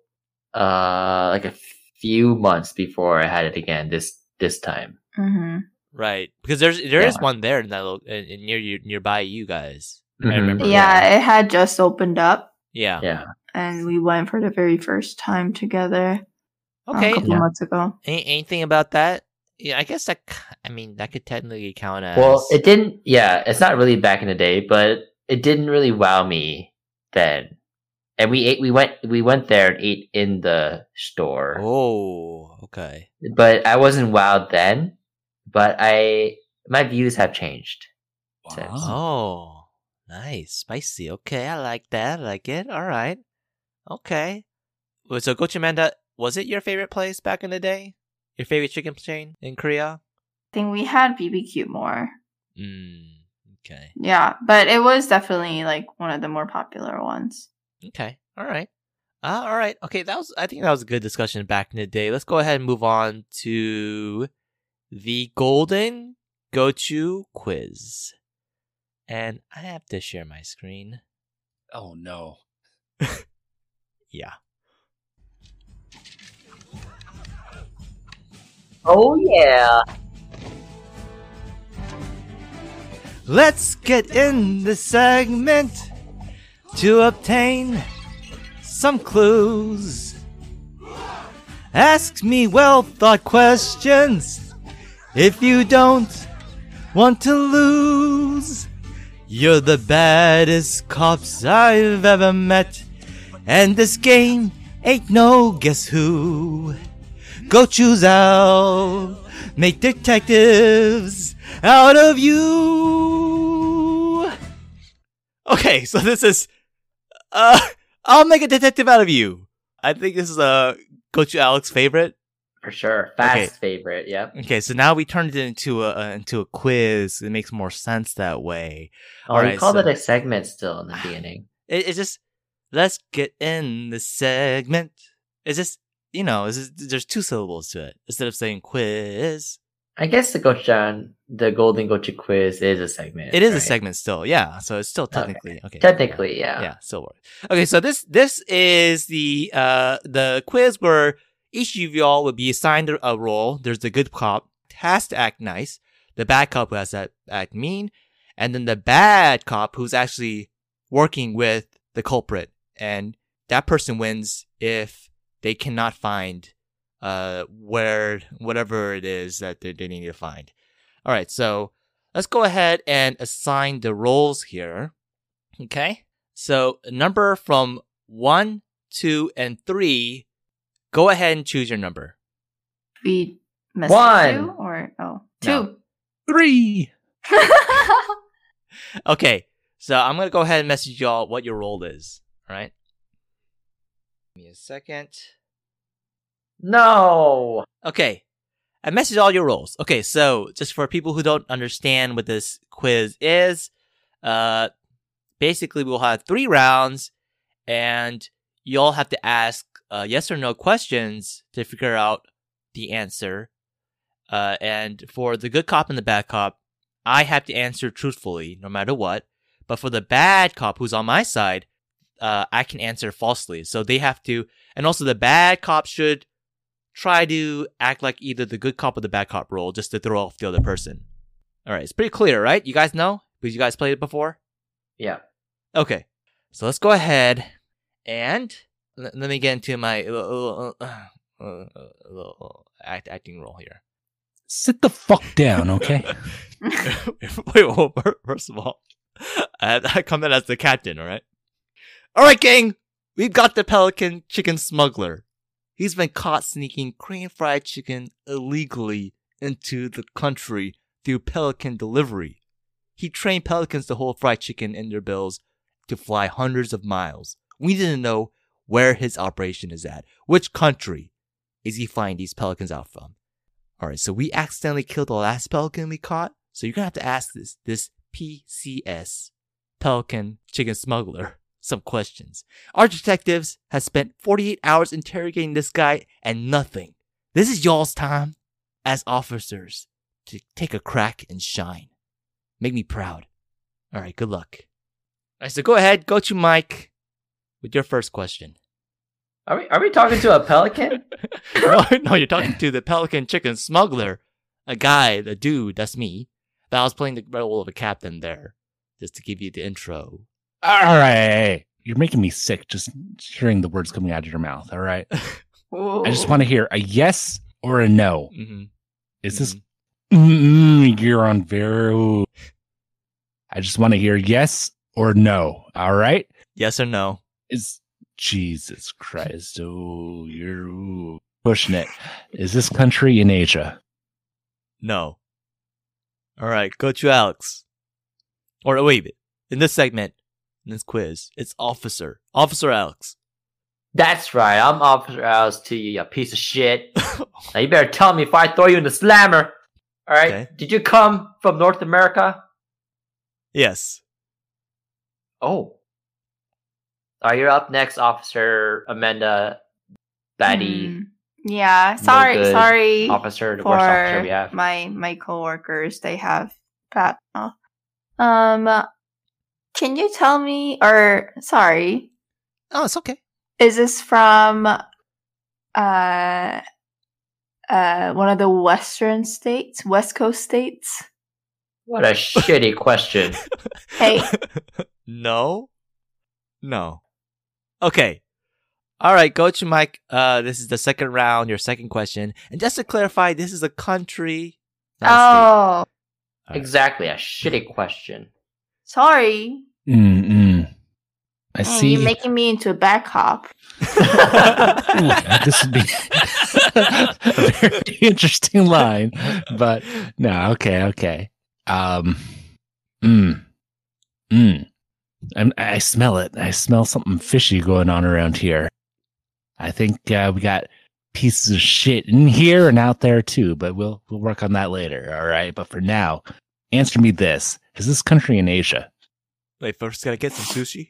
uh, like a few months before I had it again. This this time, hmm Right, because there's there is Yeah. one there in that lo- in, in near you nearby you guys. I Mhm. remember. Yeah, it had just opened up, Yeah. yeah, and we went for the very first time together. uh, Okay. a couple Yeah. months ago. Any, anything about that? Yeah, I guess that. c- I mean, that could technically count as. Well, it didn't. Yeah, it's not really back in the day, but it didn't really wow me then. And we ate. We went. We went there and ate in the store. Oh, okay. But I wasn't wowed then. But I, my views have changed. Sense. Wow. Oh, nice, spicy. Okay, I like that. I like it. All right. Okay. Well, So, Gochimanda, was it your favorite place back in the day? Your favorite chicken chain in Korea? I think we had BBQ more. Mm, okay. Yeah, but it was definitely like one of the more popular ones. Okay. All right. Uh, all right. Okay. That was. I think that was a good discussion back in the day. Let's go ahead and move on to the golden gochu quiz. And I have to share my screen. Oh no. Yeah. Oh yeah. Let's get in the segment to obtain some clues. Ask me well thought questions if you don't want to lose. You're the baddest cops I've ever met, and this game ain't no guess who. Go choose out, make detectives out of you. Okay, so this is, uh, I'll make a detective out of you. I think this is uh, go to Alex favorite. For sure. Okay. Fast favorite. Yep. Okay, so now we turned it into a, a into a quiz. It makes more sense that way. Oh, All you right, called so- it a segment still in the beginning. It, it's just let's get in the segment. It's just you know, it's just, there's two syllables to it instead of saying quiz. <sighs> I guess the Gochan, the Golden Gochu quiz is a segment. It is a right? segment still, yeah. So it's still Okay. technically okay. Technically, yeah. yeah, still works. Okay, so this this is the uh the quiz where each of y'all would be assigned a role. There's the good cop has to act nice, the bad cop has to act mean, and then the bad cop who's actually working with the culprit, and that person wins if they cannot find uh where whatever it is that they, they need to find. All right, so let's go ahead and assign the roles here. Okay, so number from one, two, and three. Go ahead and choose your number. We missed One. two or oh No. <laughs> two. Three. Okay, so I'm gonna go ahead and message y'all what your role is. All right. Give me a second. No. Okay. I messaged all your roles. Okay, so just for people who don't understand what this quiz is, uh basically we'll have three rounds and you all have to ask uh, yes or no questions to figure out the answer. Uh and for the good cop and the bad cop, I have to answer truthfully no matter what. But for the bad cop who's on my side, uh I can answer falsely. So they have to and also the bad cop should try to act like either the good cop or the bad cop role just to throw off the other person. All right, it's pretty clear, right? You guys know because you guys played it before. Yeah. Okay, so let's go ahead and l- let me get into my little, uh, uh, little act- acting role here. Sit the fuck <laughs> down, okay? <laughs> wait, <laughs> whoa, fir- first of all, I, <laughs> I come in as the captain, all right? All right, gang, we've got the Pelican Chicken Smuggler. He's been caught sneaking Korean fried chicken illegally into the country through Pelican delivery. He trained pelicans to hold fried chicken in their bills to fly hundreds of miles. We didn't know where his operation is at. Which country is he flying these pelicans out from? All right, so we accidentally killed the last pelican we caught. So you're gonna have to ask this this PCS pelican chicken smuggler <laughs> some questions. Our detectives have spent 48 hours interrogating this guy and nothing. This is y'all's time as officers to take a crack and shine. Make me proud. All right, good luck. All right, so go ahead, go to Mike with your first question. Are we are we talking to a pelican? <laughs> no, no, you're talking to the Pelican Chicken Smuggler, a guy, the dude, that's me. But I was playing the role of a captain there, just to give you the intro. All right. You're making me sick just hearing the words coming out of your mouth. All right. I just want to hear a yes or a no. Mm-hmm. Is this Mm-mm, you're on Vero? I just want to hear yes or no. All right. yes or no? Is Jesus Christ? Oh, you're ooh, pushing it. Is this country in Asia? No. All right, go to Alex. Or wait, in this segment, in this quiz, it's Officer Officer Alex. <laughs> <laughs> That's right. I'm Officer Alice to you, you piece of shit. now you better tell me if I throw you in the slammer. All right. Okay. Did you come from North America? Yes. Oh. Are you up next, Officer Amanda Batty? Mm. Yeah. Sorry. good sorry. Officer, the for worst officer we have. my my coworkers. They have that. oh. Um, can you tell me? Or sorry, Oh, it's okay. is this from uh uh one of the western states, West Coast states? What a <laughs> shitty question. Hey. <laughs> no. No. Okay. All right, go to Mike. Uh, this is the second round, your second question. And just to clarify, this is a country. not a state. oh, All right. exactly. A shitty question. sorry. Mm-mm. I Mm, see. You're making me into a bad cop. <laughs> Ooh, this would be <laughs> a very interesting line, but no, okay, okay. Um, mm, mm. I'm, I smell it. I smell something fishy going on around here. I think uh, we got pieces of shit in here and out there too, but we'll we'll work on that later. All right, but for now, answer me this: Is this country in Asia? <laughs> Wait, first gotta get some sushi.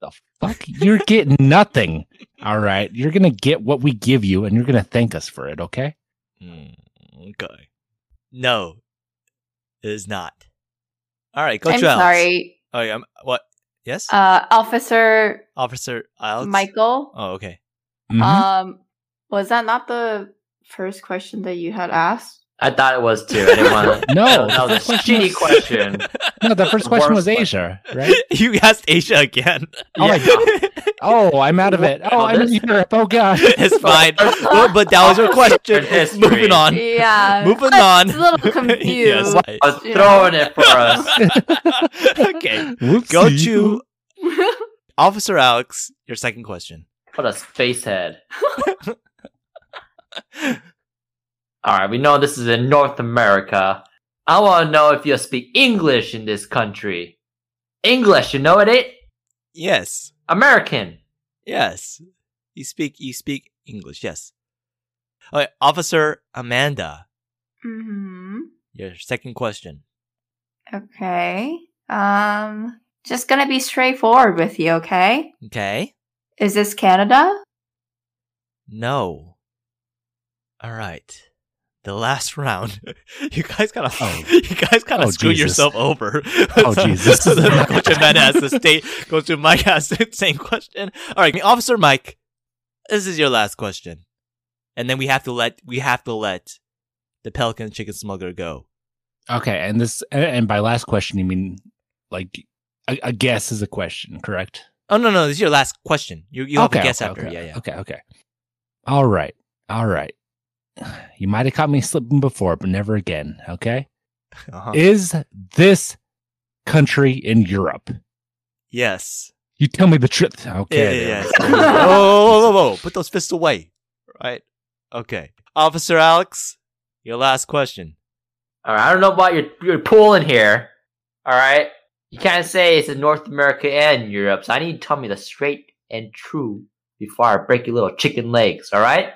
the fuck? You're getting nothing. All right. You're going to get what we give you and you're going to thank us for it. Okay. Mm, okay. No, it is not. All right, go I'm to Alex. sorry, Oh, yeah, I'm, what? Yes, uh, Officer Officer Alex. Michael. Oh, okay. Mhm. Uh, Um, was that not the first question that you had asked? I thought it was too. I didn't <laughs> want to. No, that was a the <laughs> question shitty Oh, was- question. No, the first question was Worst Asia, right? <laughs> you asked Asia again. Oh my god. Oh, I'm out of it. Oh, I'm in This- Europe. Oh god. <laughs> <laughs> it's fine. Well, but that was your question. History. Moving on. <laughs> Yeah. <laughs> Moving I'm on. a little confused. <laughs> yes. I was throwing it for us. <laughs> <laughs> okay. Go Whoopsie. to Officer Alex, your second question. What a space head. All right, we know this is in North America. I want to know if you speak English in this country. English, you know it ain't Yes. American. Yes. You speak you speak English, yes. Okay, Officer Amanda, hmm your second question. Okay. Um, just gonna be straightforward with you, okay? Okay. Is this Canada? No. All right. The last <laughs> round. You guys gotta Oh. <laughs> you guys gotta Oh, screw Jesus. yourself over. <laughs> Oh, Jesus. so then Coach Amanda has the state Coach Mike has the same question. All right, Officer Mike, this is your last question. And then we have to let we have to let the Pelican chicken smuggler go. Okay, and this and- and by last question you mean like a, a guess is a question, correct? Oh no no! This is your last question. You you have a guess okay, after. okay, yeah yeah. Okay, okay. All right. All right. <sighs> You might have caught me slipping before, but never again, okay? Uh-huh. Is this country in Europe? yes. You tell me the truth. Yeah, Okay. yeah, yeah. there we whoa, go. whoa, whoa, whoa, whoa. Put those fists away. Right. Okay. Officer Alex, your last question. <laughs> All right, I don't know about your your pool in here. All right, you can't say it's in North America and Europe, so I need you to tell me the straight and true before I break your little chicken legs. All right,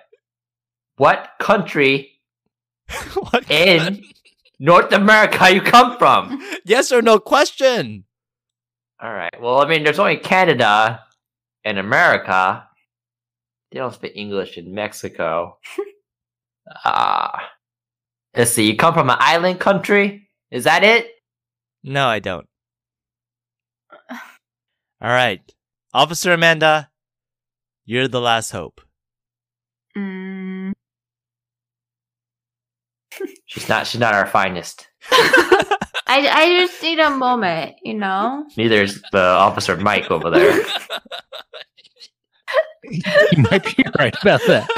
what country what? <laughs> in North America you come from? Yes or no question. All right. Well, I mean, there's only Canada and America. They don't speak English in Mexico. Ah, let's see. You come from an island country? Is that it? No, I <sighs> don't. All right, Officer Amanda, you're the <laughs> last hope. <laughs> Mm. She's not. She's not our finest. I, I just need a moment, you know? Neither is the officer Mike over <laughs> there. <laughs> you might be right about that.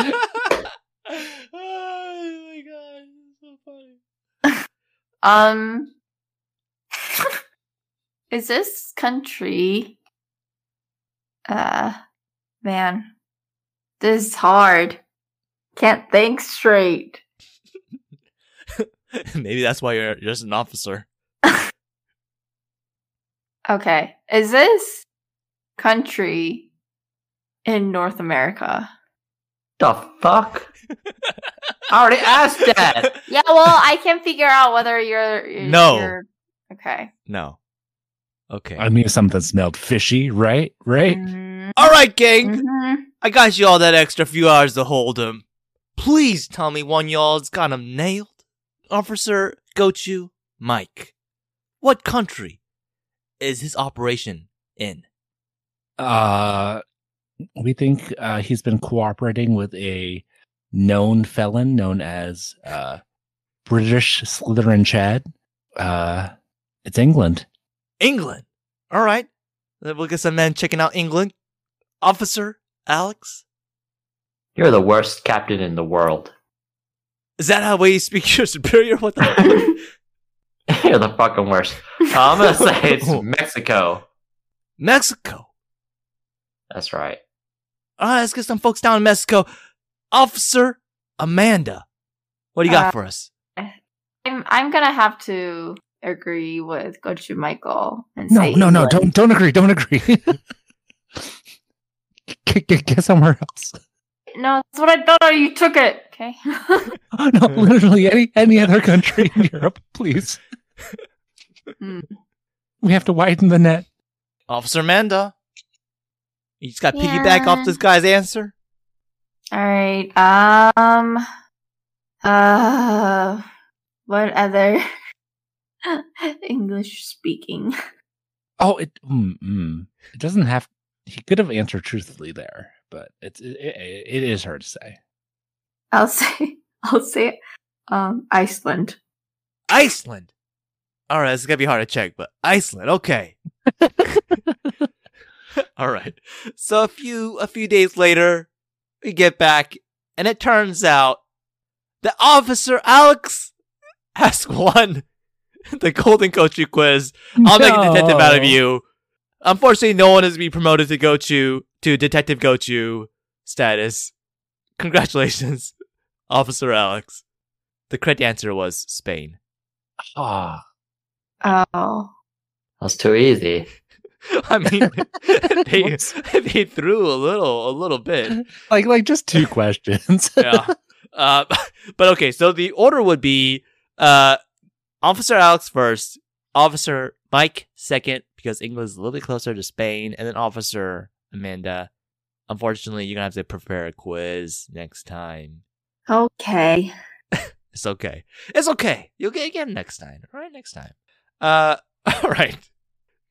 oh my god, this is so funny. Um, <laughs> is this country? Uh, man, this is hard. Can't think straight. Maybe that's why you're just an officer. Okay, is this country in North America? the fuck? I already asked that. Yeah, well, I can figure out whether you're. you're- No. you're- okay. <laughs> No. Okay. I knew something smelled fishy, right? Right? Mhm. all right, Mm-hmm. gang. Mhm. I got you all that extra few hours to hold him. Please tell me one y'all's got him nailed. Officer Gochu Mike, what country is his operation in? Uh we think uh he's been cooperating with a known felon known as uh British Slytherin Chad. Uh it's England. England. All right. Then We'll get some men checking out England. Officer Alex, You're the worst captain in the world. <laughs> is that how way you speak your superior? What the? You're the fucking worst. I'm gonna say <laughs> it's Mexico. Mexico. That's right. All right, let's get some folks down in Mexico. Officer Amanda, what do you got Uh, for us? I'm I'm gonna have to agree with Gochu Michael and No, say no, no, England. don't don't agree, don't agree. <laughs> G- g- Get somewhere else. No, that's what I thought. You took it. Okay. <laughs> <laughs> No, literally any any <laughs> other country in Europe, please. Hmm. We have to widen the net. Officer Amanda, you just got to piggyback Yeah. off this guy's answer. All right. Um. Uh. What other <laughs> English speaking? <laughs> Oh, it mm, mm. it doesn't have. He could have answered truthfully there, but it's it, it, it is hard to say. <laughs> I'll say. I'll say. um, Iceland. Iceland. All right, it's gonna be hard to check, but Iceland. Okay. <laughs> All right. So a few a few days later, we get back, and it turns out that Officer Alex has <laughs> won the Golden Gochu quiz. I'll make a detective out of No. you. Unfortunately, no one has been promoted to Gochu to Detective Gochu status. Congratulations, <laughs> Officer Alex. The correct answer was Spain. <laughs> <laughs> Ah, Oh, That's too easy. I <laughs> mean, they, Whoops. they threw a little, a little bit. like like just <laughs> two questions. Yeah. Uh, <laughs> but okay, so the order would be uh, Officer Alex first, Officer Mike second, because England's a little bit closer to Spain, and then Officer Amanda. Unfortunately, you're gonna have to prepare a quiz next time. okay. It's okay. It's okay. You'll get again next time. All right, next time. Uh, <laughs> all right.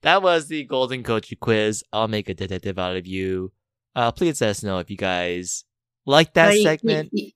That was the Golden Coach quiz. I'll make a detective out of you. Uh, please let us know if you guys like that So you- segment. You,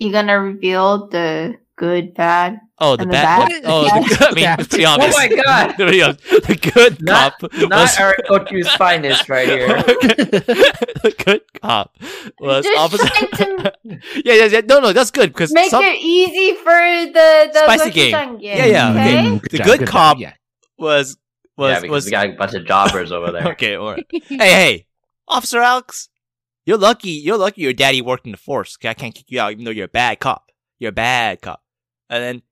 you gonna reveal the good, bad? oh, the and the bad. bad. <laughs> Oh, the good. I mean, it's pretty obvious. Oh my <laughs> God. The, pretty obvious. the good Not- cop. was- <laughs> Not Arakotu's finest right here. the good cop was Just opposite. trying to yeah, <laughs> yeah, yeah. No, no, that's good because Make some, it easy for the the Spicy game. gochujang Yeah, yeah, Okay? Mm, The job, Mm-hmm. good job, cop Yeah. was was Yeah, because was we got a bunch of jobbers over there. Okay, all <laughs> right. hey, hey, Officer Alex, you're lucky. You're lucky. Your daddy worked in the force. 'cause I can't kick you out, even though you're a bad cop. You're a bad cop. And then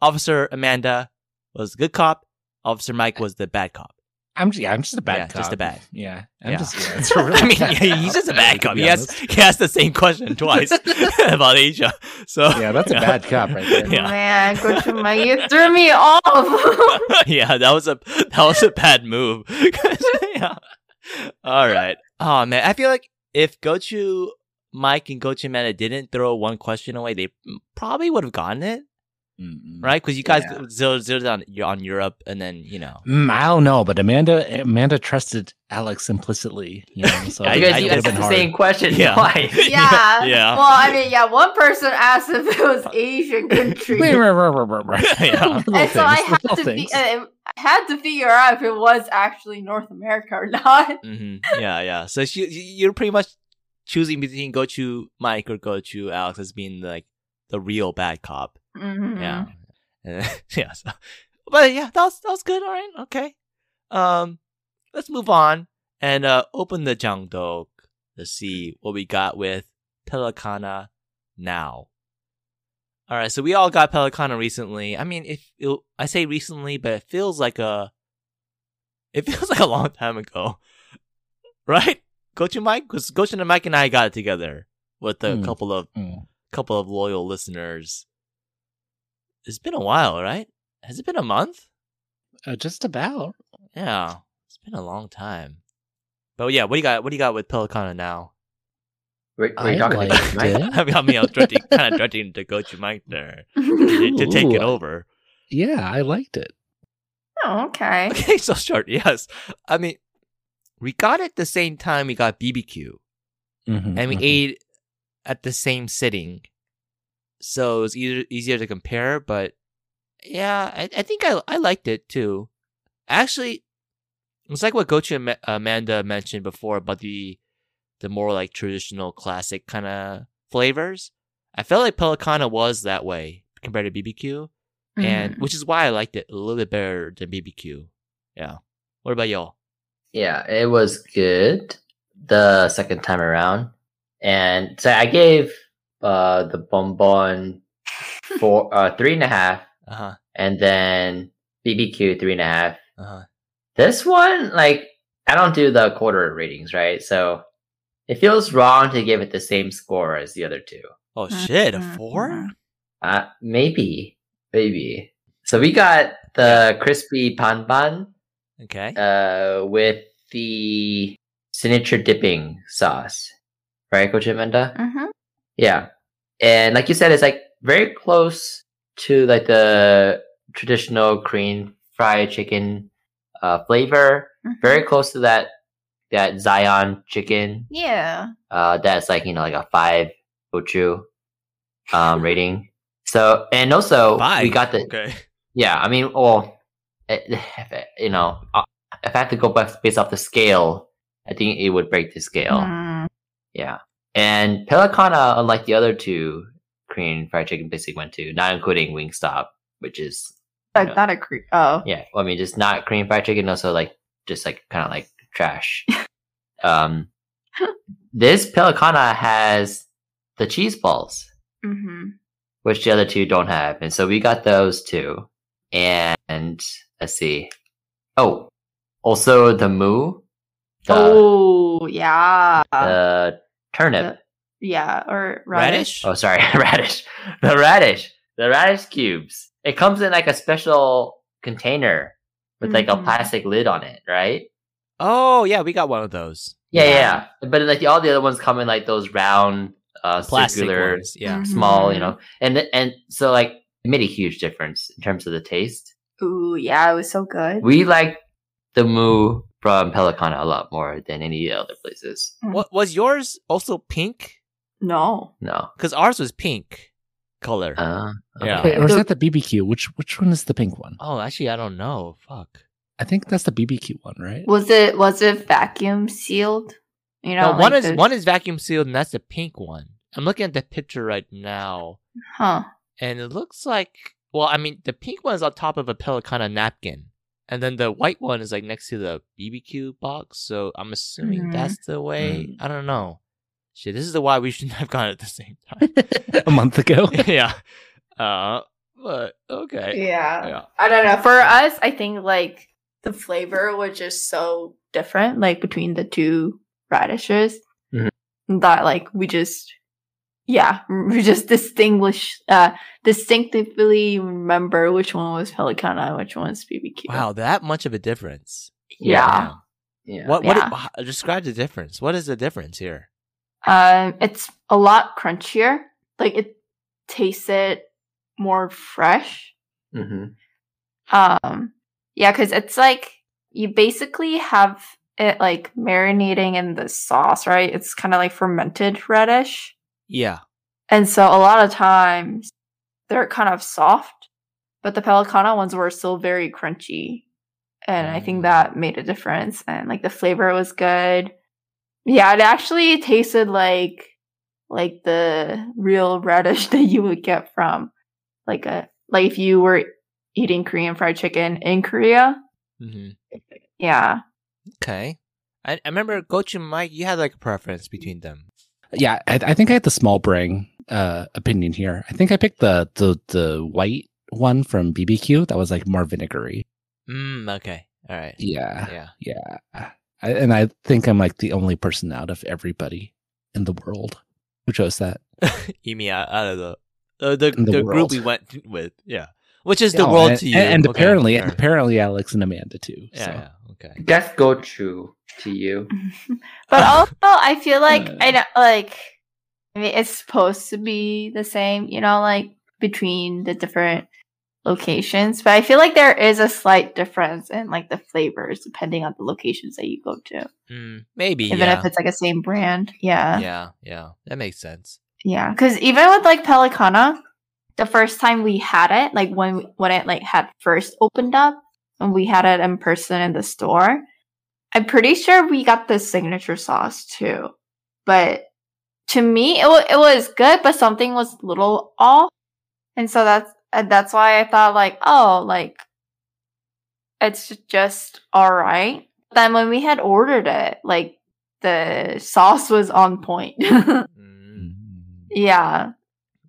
Officer Amanda was the good cop. Officer Mike Uh, was the bad cop. I'm just, yeah, I'm just a bad Yeah, cop. just a bad. Yeah, I'm Yeah. just. <laughs> Yeah, it's a really I mean, bad yeah, he's just a bad cop. <laughs> to be He asked, he asked the same question twice <laughs> about Asia. So <laughs> honest. Yeah, that's a bad cop right there. Yeah. Man, gochujang, you threw me <laughs> off. yeah, that was a that was a bad move. <laughs> 'Cause- yeah. All right. Oh man, I feel like if Gochu Mike and Gochu Meta didn't throw one question away, they probably would have gotten it, Mm-mm. right? Because you guys Yeah. zeroed, zeroed on on Europe, and then you know. Mm, I don't know, but Amanda Amanda trusted Alex implicitly. You <laughs> know, so Yeah, You it guys I- you would've asked been the hard. same question Yeah. twice. <laughs> Yeah. Yeah. Well, I mean, yeah, one person asked if it was Asian country. and yeah. <laughs> Yeah. so I had to be, uh, I had to figure out if it was actually North America or not. hmm Yeah, yeah. So she, you're pretty much choosing between Gochu Mike or Gochu Alex as being like the real bad cop. Mhm. Yeah. And then- <laughs> yeah. So, but yeah, that was that was good. All right. Okay. Um, let's move on and uh open the Jangdok to see what we got with Pelicana now. All right. So we all got Pelicana recently. I mean, if it, I say recently, but it feels like a it <laughs> feels like a long time ago, right? Gochu Mike, because Gochu and Mike and I got it together with a Mm. couple of Mm. couple of loyal listeners. It's been a while, right? Has it been a month? Uh, just about. Yeah, it's been a long time. But yeah, what do you got? What do you got with Pelicana now? Were, were I you talking to liked Josh Knight? <laughs> it. I mean, I was directing, <laughs> kind of directing to Gochu Mike there to, to take it Ooh. over. <laughs> Yeah, I liked it. <laughs> Oh, okay. Okay, so short. Yes, I mean, we got it the same time we got BBQ, Mhm, and we mhm. ate at the same sitting, so it was either easier to compare. But yeah, I, I think I I liked it too. Actually, it's like what Gochu and Ma- uh, Amanda mentioned before about the the more like traditional classic kind of flavors. I felt like Pelicana was that way compared to BBQ, Mm-hmm. and which is why I liked it a little bit better than BBQ. Yeah. What about y'all? Yeah, it was good the second time around. And so I gave uh the bonbon four uh three and a half Uh huh. and then BBQ three and a half. Uh huh. This one, like I don't do the quarter ratings, right? So it feels wrong to give it the same score as the other two. Oh Mm, shit, a mm, four? mm. Uh maybe. Maybe. So we got the crispy panban Okay. uh, with the signature dipping sauce, right, Coach Amanda? Mhm. Yeah, and like you said, it's like very close to like the traditional Korean fried chicken uh, flavor. Mhm. Very close to that that Zion chicken. Mm-hmm. Yeah. Uh, that's like you know like a five gochu um, rating. So and also Five. we got the Okay. yeah. I mean, well, eh, <sighs> if, eh, you know, uh, if I had to go bas- based off the scale, I think it would break the scale. Mm, Yeah. And Pelicana, unlike the other two Korean fried chicken places we went to, not including Wingstop, which is but Yeah. not a cre- oh yeah, well, I mean, just not Korean fried chicken, also like just like kind of like trash. um, this Pelicana has the cheese balls, hmm which the other two don't have, and so we got those two. And let's see, oh, also the moo, the, oh yeah the turnip. the- yeah or Radish? radish, Oh, sorry, <laughs> radish. The radish. The radish cubes. It comes in like a special container with like a Mhm. plastic lid on it, right? Oh yeah, we got one of those Yeah, yeah. Yeah. But like all the other ones come in like those round, uh, plastic circular, ones. Yeah. Mhm. small, you know. And th- and so like it made a huge difference in terms of the taste. ooh yeah it was so good We liked the moo from Pelicana a lot more than any other places. What was yours also pink? no No. Because ours was pink color. Uh, Yeah. okay. Wait, or is that the BBQ? Which which one is the pink one? oh, actually, I don't know. Fuck. I think that's the BBQ one, right? was it was it vacuum sealed you no, know one like is the- one is vacuum sealed, and that's the pink one. I'm looking at the picture right now, huh and it looks like. Well, I mean, the pink one is on top of a Pelicana napkin, and then the white one is like next to the BBQ box. So I'm assuming Mhm. that's the way. I don't know. Shit, this is the why we shouldn't have gone at the same <laughs> time. a month ago. <laughs> yeah. Uh, but okay. yeah yeah. I don't know. For us, I think like the flavor was just so different, like between the two radishes, Mhm. Mm-hmm. that like we just, yeah, <laughs> we just distinguish, uh, distinctively remember which one was Pelicana and which one's BBQ. Wow, that much of a difference. Yeah. Yeah. What? What? Yeah. h- Describe the difference. What is the difference here? Um, it's a lot crunchier. Like it tasted more fresh. Mm-hmm. Um, yeah, because it's like you basically have it like marinating in the sauce, right? It's kind of like fermented radish, Yeah. and so a lot of times they're kind of soft, but the pelicana ones were still very crunchy, and I Mm. think that made a difference. And like the flavor was good. Yeah, it actually tasted like like the real <laughs> radish that you would get from like a like if you were eating Korean fried chicken in Korea. Mm-hmm. Yeah. Okay. I, I remember Gochu Mike, you had like a preference between them. yeah, I, I think I had the small brain uh, opinion here. I think I picked the the the white one from BBQ that was like more vinegary. Mm, okay. All right. Yeah, Yeah. yeah. I, and I think I'm like the only person out of everybody in the world who chose that. You mean out, out of the uh, the, In the the, group world. we went with? Yeah. Which is the Oh, world and, to you. And, and Okay, apparently, sure. and apparently, Alex and Amanda too. Yeah, so. yeah. Okay. That's go to to you. <laughs> but also I feel like I don't like I mean it's supposed to be the same, you know, like between the different locations. But I feel like there is a slight difference in like the flavors depending on the locations that you go to. Mm, maybe. Even yeah. if it's like a same brand. Yeah. yeah. Yeah. That makes sense. Yeah, because even with like Pelicana, the first time we had it, like when when it like had first opened up, and we had it in person in the store, I'm pretty sure we got the signature sauce too. But to me, it wa it was good, but something was a little off, and so that's and that's why I thought like, oh, like it's just all right. Then when we had ordered it, like the sauce was on point. <laughs> Mm, Yeah.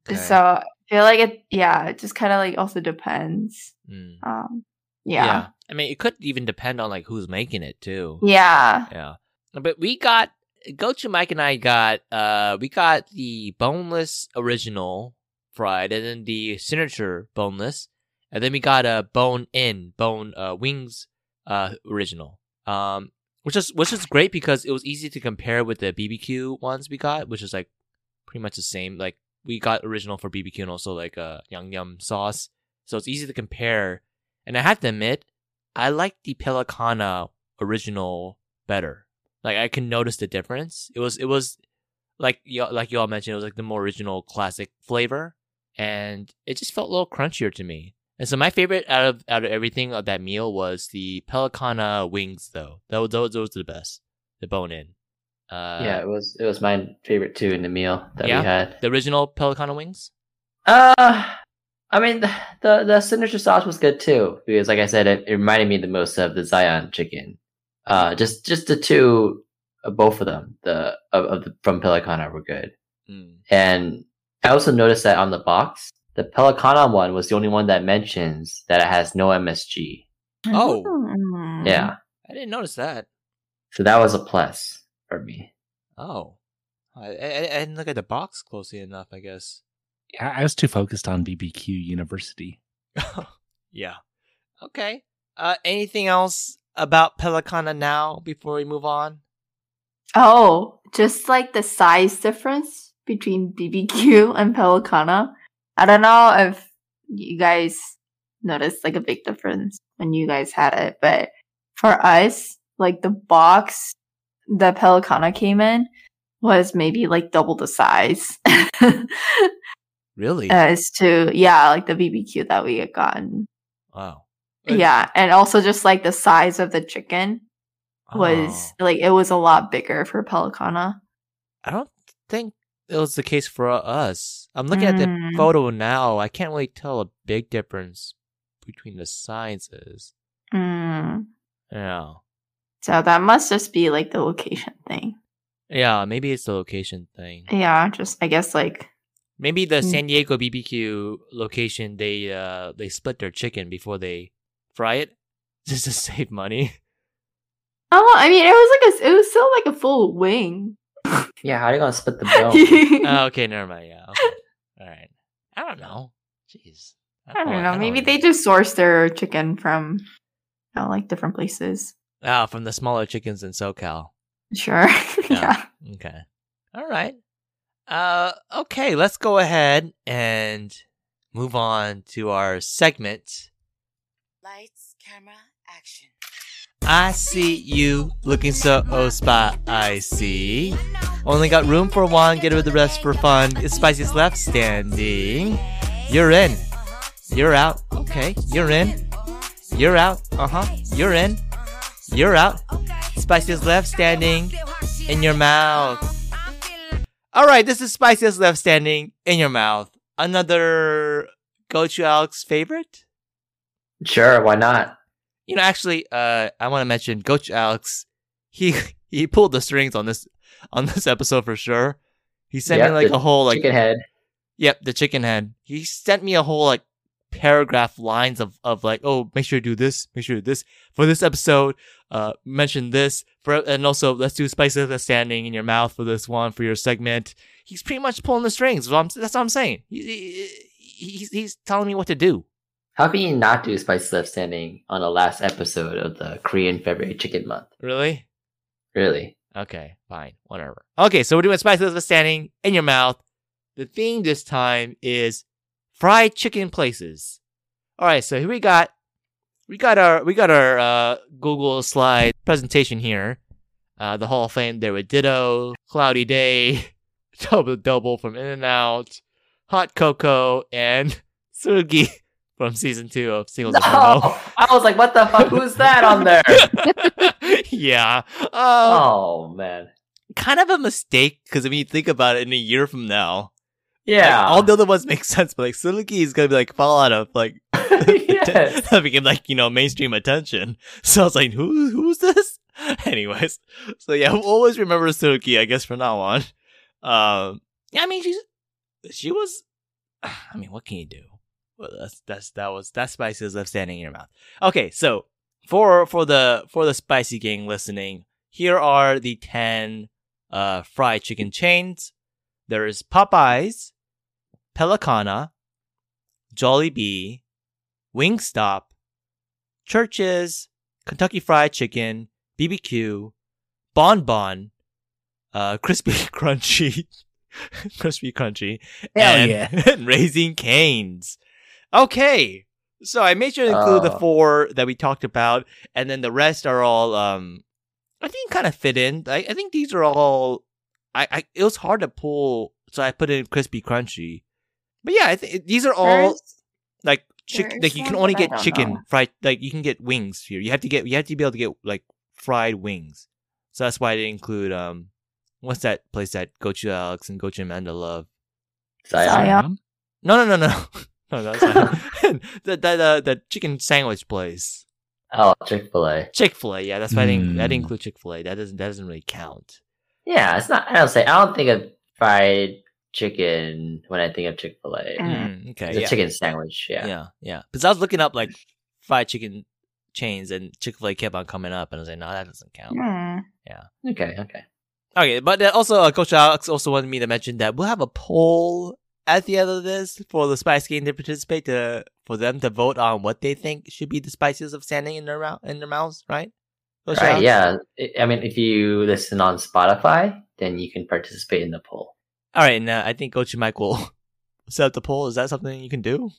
okay. So I feel like it yeah, it just kinda like also depends. Mm, Um yeah. I mean, it could even depend on like who's making it too. Yeah. Yeah. But we got Gochu Mike and I got uh we got the boneless original fried and then the signature boneless and then we got a bone in bone uh wings uh original. Um which is which is great because it was easy to compare with the BBQ ones we got, which is like pretty much the same. Like we got original for BBQ and also like uh yum yum sauce. So it's easy to compare. And I have to admit, I like the Pelicana original better. Like I can notice the difference. It was it was like y'all like y'all mentioned, it was like the more original classic flavor. and it just felt a little crunchier to me. And so my favorite out of out of everything of that meal was the pelicana wings, though. That was those, those were the best, the bone in. Uh, yeah, it was it was my favorite too in the meal that Yeah. we had. the original pelicana wings. Uh I mean the, the the signature sauce was good too because like I said it, it reminded me the most of the Zion chicken. Uh just just the two uh, both of them the of, of the, from Pelicana were good. Mm. And I also noticed that on the box the Pelicana one was the only one that mentions that it has no MSG. Oh. Mm. Yeah. I didn't notice that. So that was a plus for me. Oh, I, I, I didn't look at the box closely enough. I guess. <laughs> Yeah, I was too focused on BBQ University. yeah. Okay. Uh, anything else about Pelicana now before we move on? Oh, just like the size difference between BBQ <laughs> and Pelicana. I don't know if you guys noticed like a big difference when you guys had it, but for us, like the box that Pelicana came in was maybe like double the size <laughs> Really? as Uh, to yeah, like the BBQ that we had gotten. wow. Uh, Yeah, and also just like the size of the chicken was like it was a lot bigger for Pelicana. Oh. I don't think it was the case for us. I'm looking at the Mm. photo now. I can't really tell a big difference between the sizes. Mm. Yeah. So that must just be like the location thing. Yeah, maybe it's the location thing. Yeah, just I guess like Maybe the Mm. San Diego BBQ location they uh they split their chicken before they fry it <laughs> just to save <laughs> money. oh, I mean it was like a it was still like a full wing. Yeah, how are you gonna split <laughs> the <laughs> bone? I oh, okay, never mind. Yeah. Okay. All right. I don't know. Jeez. oh, don't know. Maybe they just source their chicken from you know, like different places. Ah, from the smaller chickens in SoCal. Sure. <laughs> Yeah. yeah. Okay. All right. Uh okay, let's go ahead and move on to our segment. Lights, camera, action. I see you looking so oh spot I see. Only got room for one, get rid of the rest for fun. It's spiciest left standing. You're in. You're out. Okay, you're in. You're out. Uh-huh. You're in. You're out. Spiciest left standing in your mouth. All right, this is spiciest left standing in your mouth. Another go to Alex favorite. sure, why not? You know, actually, uh, I want to mention Coach Alex. He <laughs> he pulled the strings on this on this episode for sure. He sent Yep, me like the a whole like Chicken head. yep the chicken head. He sent me a whole like paragraph lines of of like oh make sure you do this make sure you do this for this episode uh mention this for and also let's do spice of the standing in your mouth for this one for your segment. He's pretty much pulling the strings. So I'm, that's what I'm saying. He, he, he's he's telling me what to do. How can you not do spicy left standing on the last episode of the Korean February Chicken Month? Really. Really? Okay, fine, whatever. Okay, so we're doing spicy list standing in your mouth. The theme this time is fried chicken places. All right, so here we got we got our we got our uh, Google slide presentation here. Uh, the Hall of Fame there with Ditto, Cloudy Day, <laughs> Double Double from In and Out, Hot Cocoa, and <laughs> Sugi from season two <laughs> of Singles. Oh, No! and Combo. I was like, what the <laughs> fuck? Who's that on there? <laughs> yeah. Uh, Oh, man. kind of a mistake because when you think about it in a year from now, Yeah. like, all the other ones make <laughs> sense, but like Suluki is gonna be like fall out of like <laughs> Yes. became like you know mainstream attention. So I was like, who who's this? <laughs> Anyways, so yeah, we'll always remember Suluki, I guess, from now on. Um, yeah, I mean she's she was. <sighs> I mean, what can you do? Well, that's that's that was that spicy is left standing in your mouth. Okay, so for for the for the spicy gang listening, here are the ten uh fried chicken chains. There is Popeyes, Pelicana, Jollibee, Wingstop, Churches, Kentucky Fried Chicken, BBQ, Bon Bon, uh, Crispy <laughs> Crunchy, Crispy Crunchy, Hell and, yeah. <laughs> and Raising Canes. Okay, so I made sure to include the Uh. Oh. four that we talked about, and then the rest are all um, I think kind of fit in. I, I think these are all. I, I it was hard to pull, so I put in crispy crunchy. But yeah, I think these are all like chick- There like is you can one, only but I get don't chicken know. fried like you can get wings here. You have to get you have to be able to get like fried wings. So that's why I didn't include um what's that place that Gochu Alex and Gochu Amanda love? Zion. Zion. No no no no. <laughs> no that's <laughs> not <laughs> that that uh, that chicken sandwich place. Oh, Chick Fil A. Chick fil A, yeah, that's why I didn't I didn't Mm. include Chick fil A. That doesn't that doesn't really count. Yeah, it's not. I don't say. I don't think of fried chicken when I think of Chick Fil A. Mm. Mm, okay. It's a Yeah. chicken sandwich. Yeah. Yeah. Yeah. Because I was looking up like fried chicken chains and Chick fil A kept on coming up. And I was like, no, that doesn't count. Hmm. Okay. Okay. Okay. But then also, uh, Coach Alex also wanted me to mention that we'll have a poll at the end of this for the Spice Gang to participate to for them to vote on what they think should be the spices of standing in their, mouth in their mouths, right? Coach Right. Alex? Yeah. I- I mean, if you listen on Spotify, then you can participate in the poll. All right, and uh, I think Coach Mike will <laughs> set up the poll. Is that something you can do?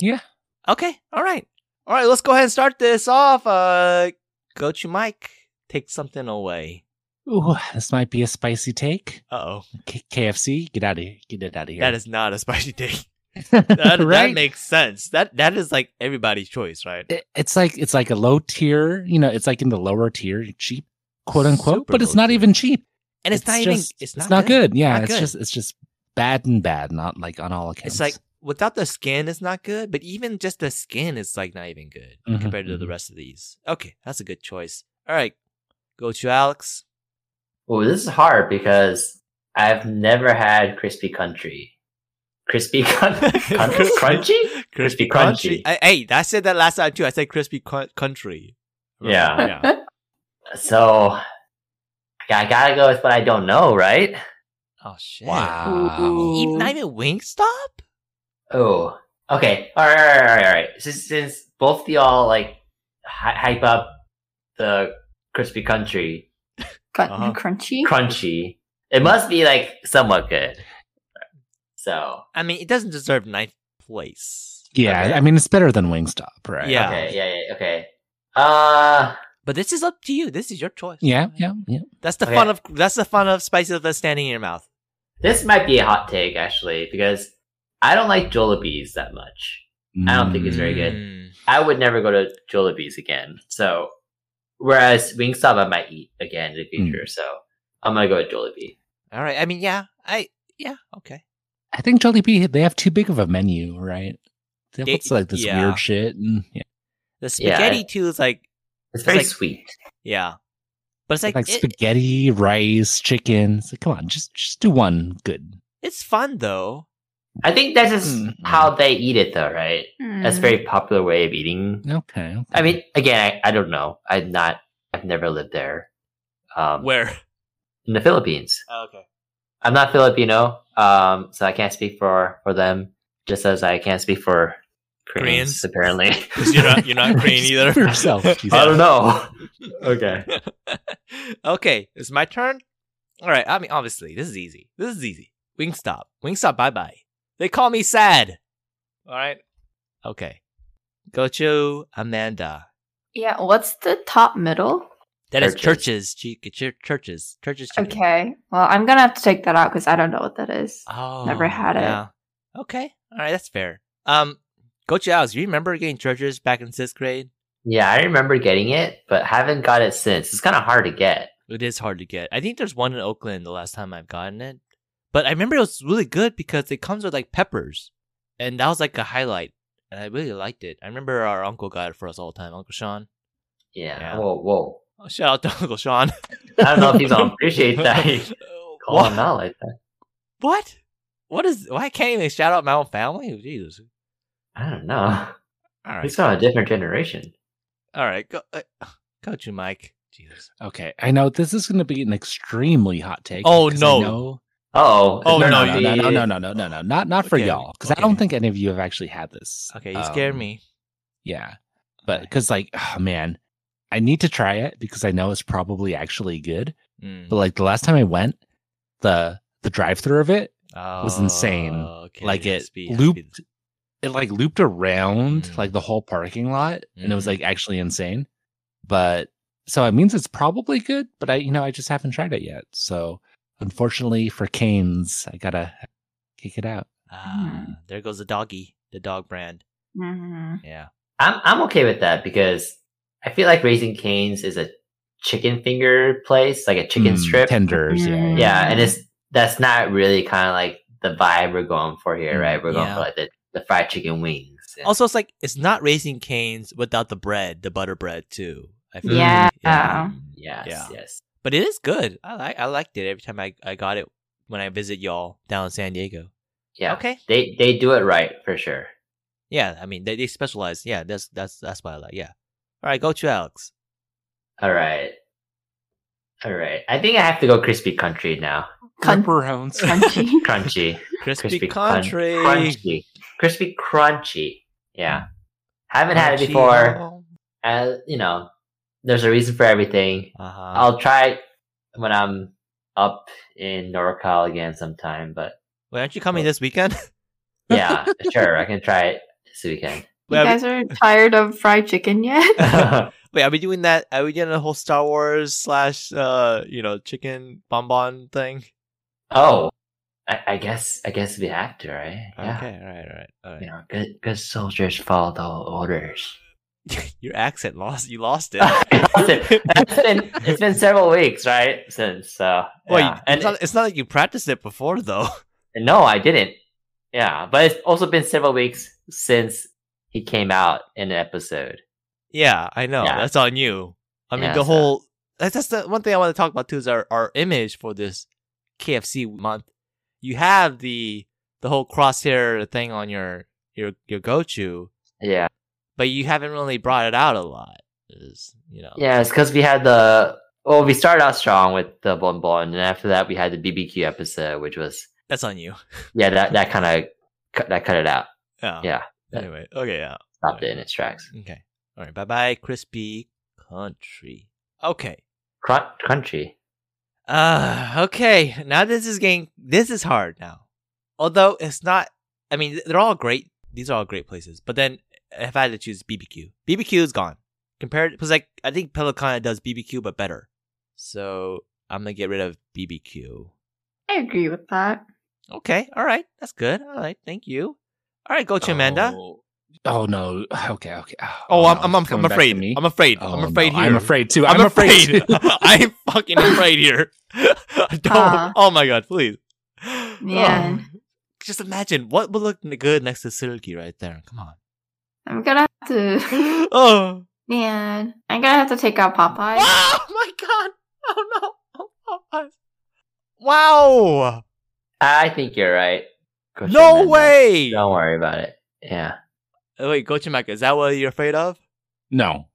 Yeah. Okay. All right. All right. Let's go ahead and start this off. Uh, Coach Mike, take something away. Ooh, this might be a spicy take. Uh oh. K- KFC, get out of here. Get it out of here. That is not a spicy <laughs> <laughs> take. That, that right. makes sense. That that is like everybody's choice, right? It- it's like it's like a low tier. You know, it's like in the lower tier, cheap, quote unquote. Super but it's low not tier. even cheap. And it's, not even. just- It's not, good. Yeah, Not it's good. just it's just bad and bad. Not like on all accounts. It's like without the skin, it's not good. But even just the skin is like not even good Mhm, compared to the mhm. rest of these. Okay, that's a good choice. All right, go to Alex. Oh, this is hard because I've never had crispy country. Crispy <laughs> country. <laughs> crunchy. Crispy crunchy. I, hey, I said that last time too. I said crispy cu- country. Hmm. Yeah. So I gotta go with what I don't know, right? Oh shit. Ah, <laughs> wow. Ooh. Even, not even Wingstop. Oh, okay. All right, all right, all right. All right. Since, since both of y'all like hy- hype up the crispy country Cut- Uh-huh. Crunchy. crunchy, it must be like somewhat good. So I mean, it doesn't deserve ninth place. Yeah, Okay. I mean it's better than Wingstop, right? Yeah. okay, yeah, yeah, okay. Uh, But this is up to you. This is your choice. Yeah, yeah, yeah. That's the Okay. fun of that's the fun of spices that's standing in your mouth. this might be a hot take actually because I don't like Jollibees that much. I don't think it's very good. Mm. I would never go to Jollibee's again. So, whereas Wingstop I might eat again in the future. Mm. So I'm gonna go with Jollibee. All right. I mean, yeah. I yeah. Okay. I think Jollibee they have too big of a menu, right? They have They- lots of, like this yeah. weird shit. And, yeah. The Yeah, spaghetti too is like It's very like- sweet. yeah, but it's like, Like, it- spaghetti, rice, chicken. It's like, come on, just just do one good. it's fun though. I think that's just Mm. Mm-hmm. how they eat it, though, right? That's a Hmm. very popular way of eating. Okay. okay. I mean, again, I, I don't know. I'm not. I've never lived there. Um, Where in the Philippines? okay. I'm not Filipino, um, so I can't speak for for them. Just as I can't speak for Koreans, Koreans? apparently. Because you're not you're <laughs> not Korean Speak either. for <laughs> yourself, <laughs> Jesus. I don't know. okay. <laughs> okay, it's my turn. All right. I mean, obviously, this is easy. This is easy. Wingstop. Wingstop. Bye bye. They call me sad. All right. Okay. Go to Amanda. Yeah. What's the top middle? That is Churches. churches. Chica, chur- churches. Churches. Chicken. Okay. Well, I'm gonna have to take that out because I don't know what that is. Oh, Never had it. it. Okay. All right. That's fair. Um, go to Alex. You remember getting churches back in sixth grade? Yeah, I remember getting it, but haven't got it since. It's kind of hard to get. It is hard to get. I think there's one in Oakland the last time I've gotten it. But I remember it was really good because it comes with like peppers. And that was like a highlight. And I really liked it. I remember our uncle got it for us all the time, Uncle Sean. Yeah. Yeah. Whoa, whoa. Oh, shout out to <laughs> Uncle Sean. I don't Oh, know if he's gonna appreciate that. <laughs> Call him what? out like that. what? What is why I can't even shout out my own family? Oh, Jesus. I don't know. All He's right. from a different generation. All right. Go uh, go to Mike. Jesus. Okay. I know this is going to be an extremely hot take. Oh, 'cause I no. know- Oh. Oh, no, no, no, no, no, no, no, no, no, no, not not for Okay, y'all because I don't okay. think any of you have actually had this. Okay, you scared Um, me. Yeah, but because like, <sighs> oh man, I need to try it because I know it's probably actually good. Mm. But like the last time I went, the the drive through of it, was insane. Oh, okay, like it must be- must be looped, it like looped around Mm. like the whole parking lot, and it was Mm. like actually insane. But so it means it's probably good, but I you know I just haven't tried it yet. So unfortunately for Canes, I gotta kick it out. Ah, there goes the doggy, the dog brand. Mhm. Yeah. I'm I'm okay with that because I feel like Raising Canes is a chicken finger place, like a chicken Mm, strip. tenders. Yeah, yeah. Yeah, Mm. and it's that's not really kind of like the vibe we're going for here, Mm, right? We're going yeah. for like the, the fried chicken wings. and- Also, it's like it's not raising canes without the bread, the butter bread too. I feel. Yeah. Mm, yes, Yeah. yes. But it is good. I like. I liked it every time I, I got it when I visit y'all down in San Diego. Yeah. Okay. They they do it right for sure. Yeah. I mean, they, they specialize. Yeah. That's that's that's what I like. Yeah. All right. Go to Alex. All right. All right. I think I have to go crispy country now. Con- Pepperons. <laughs> crunchy. <laughs> Crunchy. Crispy, crispy crun- country. crunchy. Crispy crunchy. Yeah. Haven't had it before. Uh, you know, there's a reason for everything. Uh huh. I'll try it when I'm up in NorCal again sometime, but Wait, aren't you coming this weekend? <laughs> yeah, sure, I can try it this weekend. <laughs> You guys are tired of fried chicken yet? <laughs> Wait, are we doing that? Are we doing a whole Star Wars slash, uh, you know, chicken bonbon thing? oh, I, I guess I guess we have to, right? Yeah. Okay, all right, all right, all right. You know, good good soldiers follow the <laughs> orders. <laughs> Your accent lost. You lost it. it's been it's been several weeks, right? Since so Wait, yeah. and it's, not, it's not like you practiced it before, though. <laughs> no, I didn't. Yeah, but it's also been several weeks since he came out in an episode. yeah, I know. Yeah. That's on you. I mean, Yeah, the so- whole. That's, that's the one thing I want to talk about too is our, our image for this KFC month. You have the the whole crosshair thing on your your your go to, Yeah, but you haven't really brought it out a lot. Is you know. yeah, it's because we had the well, we started out strong with the bon bon, and after that we had the BBQ episode, which was That's on you. yeah, that that kind of that cut it out, Yeah. Yeah. Oh, Anyway, okay, yeah. stopped it in its tracks. Okay. All right. Bye bye, crispy country. Okay. Crun- crunchy. Uh okay. Now this is getting this is hard now. Although it's not I mean, they're all great. These are all great places. But then if I had to choose BBQ, BBQ is gone. Compared because like I think Pelicana does BBQ but better. So I'm gonna get rid of BBQ. I agree with that. Okay, all right, that's good. All right, thank you. All right, go to Amanda. Oh, Oh, no. <sighs> Okay, okay. Oh, I'm, no, I'm, it's I'm, coming I'm back to afraid. me. I'm afraid. Oh, I'm afraid no, here. I'm afraid too. I'm, I'm, afraid. too. <laughs> I'm fucking afraid here. Don't. Uh. oh my god, please. Yeah. Oh, just imagine what would look good next to Silky right there. Come on. <laughs> I'm gonna have to. <laughs> Oh. Man, I'm gonna have to take out Popeye. Oh <laughs> my god. Oh no. Oh, Popeyes. Wow. I think you're right. Go No Shin Menda. way. Don't worry about it. Yeah, Uh, Wait, Gochimaka, is that what you're afraid of? <laughs> no,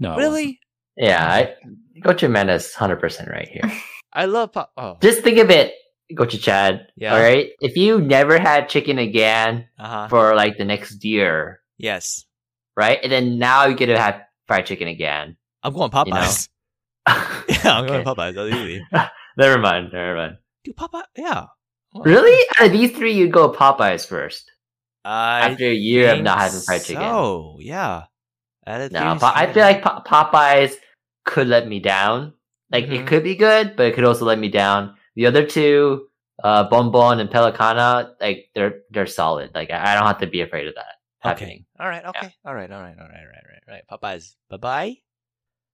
no. it wasn't. really? yeah. I, Gochu Amanda's hundred percent right here. <laughs> I love Pop. Oh. Just think of it, Gochu Chad. Yeah. All right. If you never had chicken again Uh huh. for like the next year, Yes. right, and then now you get to have fried chicken again. I'm going You know? Popeyes. <laughs> yeah, I'm going Popeyes. That's easy. never mind. Never mind. Dude, Popeye. Yeah. Well, Really? Out of these three, you'd go Popeyes first I after a year of think not having fried chicken. So yeah. Added No, but I feel like Pop- Popeyes could let me down. Like Mhm. it could be good, but it could also let me down. The other two, uh, Bon Bon and Pelicana, like they're they're solid. Like I, I don't have to be afraid of that happening. Okay. All right. Okay. All right. All right. All right. All right. All right. All right. Popeyes. Bye bye.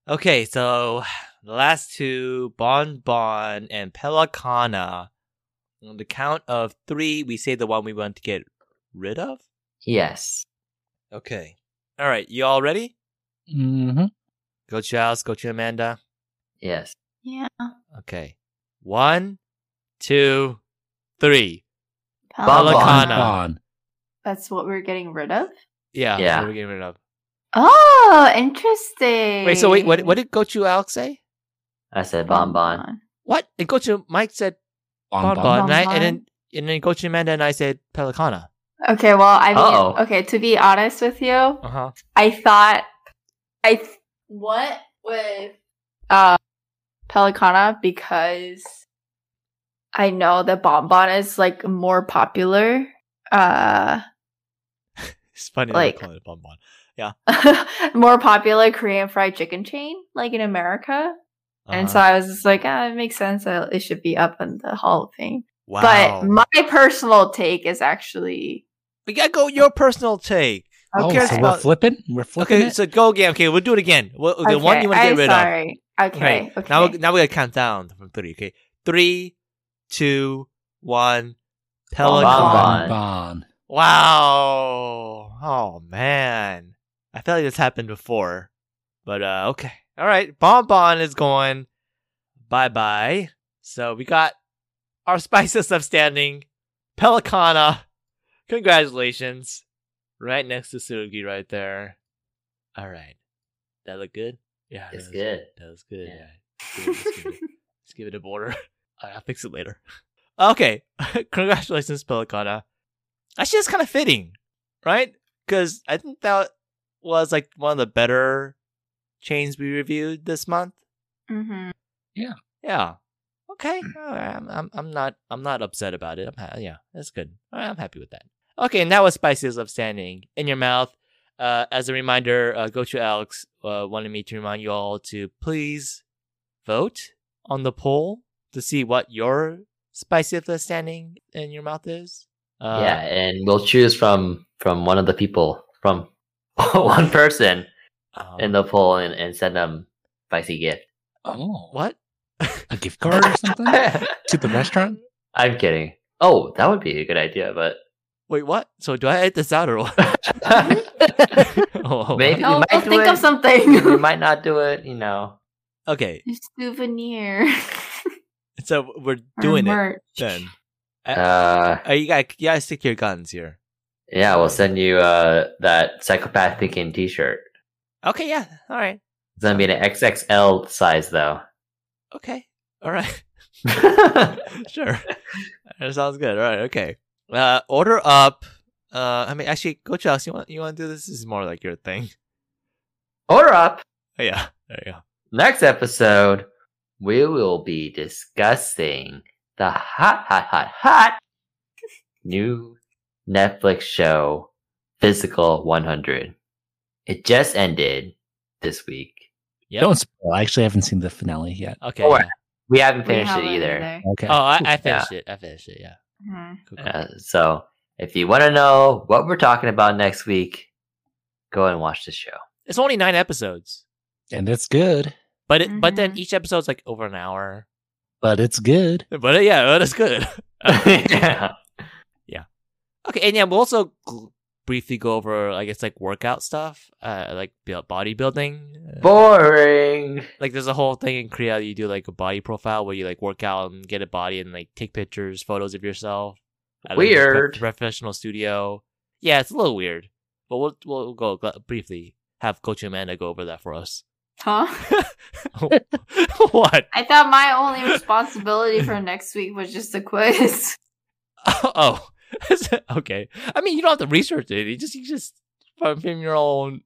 Okay. So the last two, Bon Bon and Pelicana. On the count of three, we say the one we want to get rid of. Yes. Okay. All right. You all ready? Mhm. Go to Alice. Go to Amanda. Yes. Yeah. Okay. One, two, three. Balakana. Balakana. Gone. That's what we're getting rid of. Yeah. Yeah. So we're getting rid of. Oh, interesting. Wait. So wait. What? What did Go to Alex say? I said Bon Bon. What? And Go to Mike said Bon Bon, bon. Bon, and, I, Bon and then and then Coach Amanda and I said Pelicana. Okay. Well, I mean, Uh-oh. okay. To be honest with you, Uh huh. I thought I th- went with uh, Pelicana because I know that Bon Bon is like more popular. Uh, <laughs> It's funny. Like Like- call it Bon Bon. more popular Korean fried chicken chain, like in Uh, Uh-huh. America. And so I was just like, ah, it makes sense that it should be up in the Hall of Fame. Wow. But my personal take is actually we gotta go your personal take. Who oh, cares so we're about- flipping. We're flipping. Okay, it? so go again. Okay, we'll do it again. Well, okay, one you want to get I'm rid of. sorry. Okay. Right. Okay. Now, now we gotta count down from three. Okay, three, two, one. Pelican. Bon. Bon, bon. Wow. Oh man. I feel like this happened before. But uh okay. All right. Bon Bon is going. Bye bye. So we got our <laughs> spices left standing. Pelicana. Congratulations. Right next to Sugi right there. All right. That look good? Yeah. that It's was- good. That was good. Yeah. Yeah. Let's give it- let's give it a border. <laughs> All right, I'll fix it later. <laughs> Okay, <laughs> congratulations, Pelicana. Actually, it's kind of fitting, right? Because I think that was like one of the better chains we reviewed this month. hmm Yeah. Okay. Hmm. All right. I'm, I'm I'm not I'm not upset about it. I'm ha- yeah, that's good. All right, I'm happy with that. Okay, and that was spices of standing in your mouth. Uh, as a reminder, uh, go to Alex uh, wanted me to remind you all to please vote on the poll to see what your spicy of the standing in your mouth is. Uh, yeah, and we'll choose from from one of the people from <laughs> one person um, in the poll and, and send them spicy gift. Oh, what? A gift card <laughs> or something <laughs> to <laughs> the restaurant? I'm kidding. Oh, that would be a good idea, <laughs> but Wait, what? So do I edit this out or what? <laughs> <laughs> Oh, maybe we I'll, might I'll do think it. of we something. might not do it. You know, Okay, Souvenir. <laughs> so we're Or doing it merch. then. uh, Uh, you got you gotta stick to your guns here. yeah, we'll send you uh that psychopath thinking T-shirt. Okay, yeah. All right. It's gonna be an XXL size though. <laughs> Okay. All right. <laughs> sure. <laughs> That sounds good. All right. Okay. Uh, order up. Uh, I mean, actually, go Chelsea. You want you want to do this? This is more like your thing. <laughs> Order up. Oh, yeah. There you go. Next episode, we will be discussing the hot, hot, hot, hot new Netflix show, Physical 100. It just ended this week. Yep. Don't spoil. I actually haven't seen the finale yet. Okay. Don't Oh, yeah. worry. We haven't We finished have it either. Okay. Oh, <laughs> I, I finished it. I finished it. Yeah. Mhm. Cool, cool. Uh, so, if you want to know what we're talking about next week, go and watch the <laughs> show. It's only nine episodes, and it's good, but it, but then Mhm. each episode's like over an hour. but it's good. But uh, yeah, but it's <laughs> good. yeah. Okay, and yeah, we'll also gl- briefly go over, I guess, like workout stuff, uh, like build- bodybuilding. uh, Boring. like there's a whole thing in Korea you do like a body profile where you like work out and get a body and like take pictures, photos of yourself. at, like, a pro- Weird. professional studio. Yeah, it's a little weird, but we'll we'll go gl- briefly. Have Coach Amanda go over that for us. <laughs> <laughs> Huh? what? I thought my only responsibility for <laughs> next week was just a quiz. Oh, <laughs> okay. I mean, you don't have to research it. You just you just from from your own.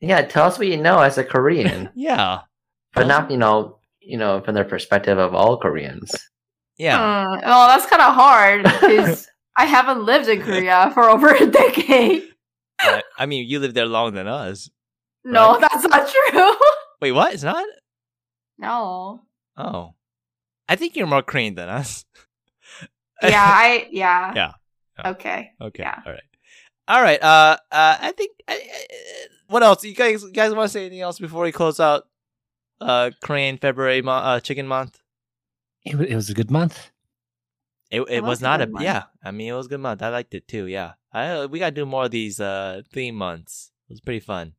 Yeah, tell us what you know as a <laughs> Korean, Yeah, but not, you know, you know, from the perspective of all Koreans. <laughs> yeah. Uh, well, that's kind of hard <laughs> because I haven't lived in Korea for over a decade. I, I mean, you live there longer than us. No, <laughs> Right. that's not <laughs> true. Wait, what? It's not. no. Oh, I think you're more Korean than us. Yeah, I yeah. <laughs> Yeah. Yeah. Okay. Okay. Yeah. All right. All right. Uh, uh I think. I, I- what else? You guys, you guys want to say anything else before we close out? Uh, Korean February mo- uh, chicken month. It, wa- it was a good month. It, it, It was, was a not good a month. yeah. I mean, it was a good month. I liked it too. Yeah. I we gotta do more of these uh theme months. It was pretty fun.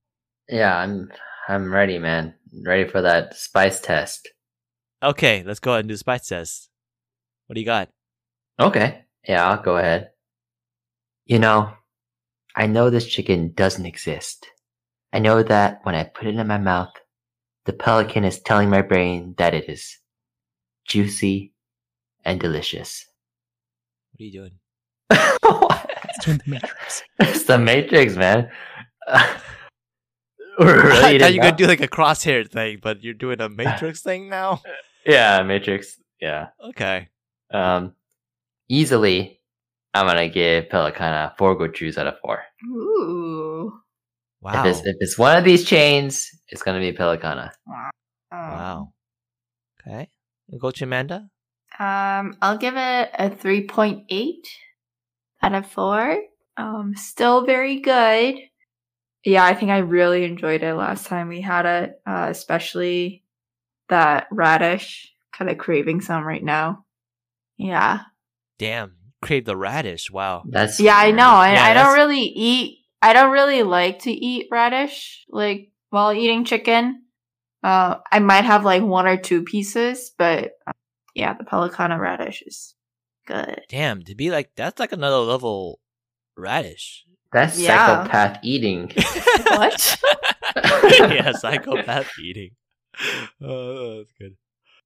Yeah, I'm I'm ready, man. Ready for that spice test. Okay, let's go ahead and do spice test. What do you got? Okay. Yeah, I'll go ahead. You know, I know this chicken doesn't exist. I know that when I put it in my mouth, the pelican is telling my brain that it is juicy and <laughs> delicious. What are you <laughs> doing? It's in the Matrix. it's the Matrix, man. <laughs> I <laughs> really? thought you were didn't gonna do like a crosshair thing, but you're doing a Matrix <laughs> thing now. know? Yeah, Matrix. Yeah. Okay. Um, easily, I'm gonna give Pelicana four good juice out of four. Ooh. Wow. If it's if it's one of these chains, it's gonna be Pelicana. Um, Wow. Okay. Go to Amanda. Um, I'll give it a 3.8 out of 4. Um, still very good. Yeah, I think I really enjoyed it last time we had it, uh, especially that radish. Kind of craving some right now. Yeah. Damn, you crave the radish. Wow. That's Yeah, I know. I, Yeah, I don't that's- really eat. I don't really like to eat radish, like while eating chicken. Uh, I might have like one or two pieces, but uh, yeah, the pelicana radish is good. Damn, to be like that's like another level radish. That's Yeah. psychopath <laughs> eating. What? yeah, psychopath eating. <laughs> Oh, that's good.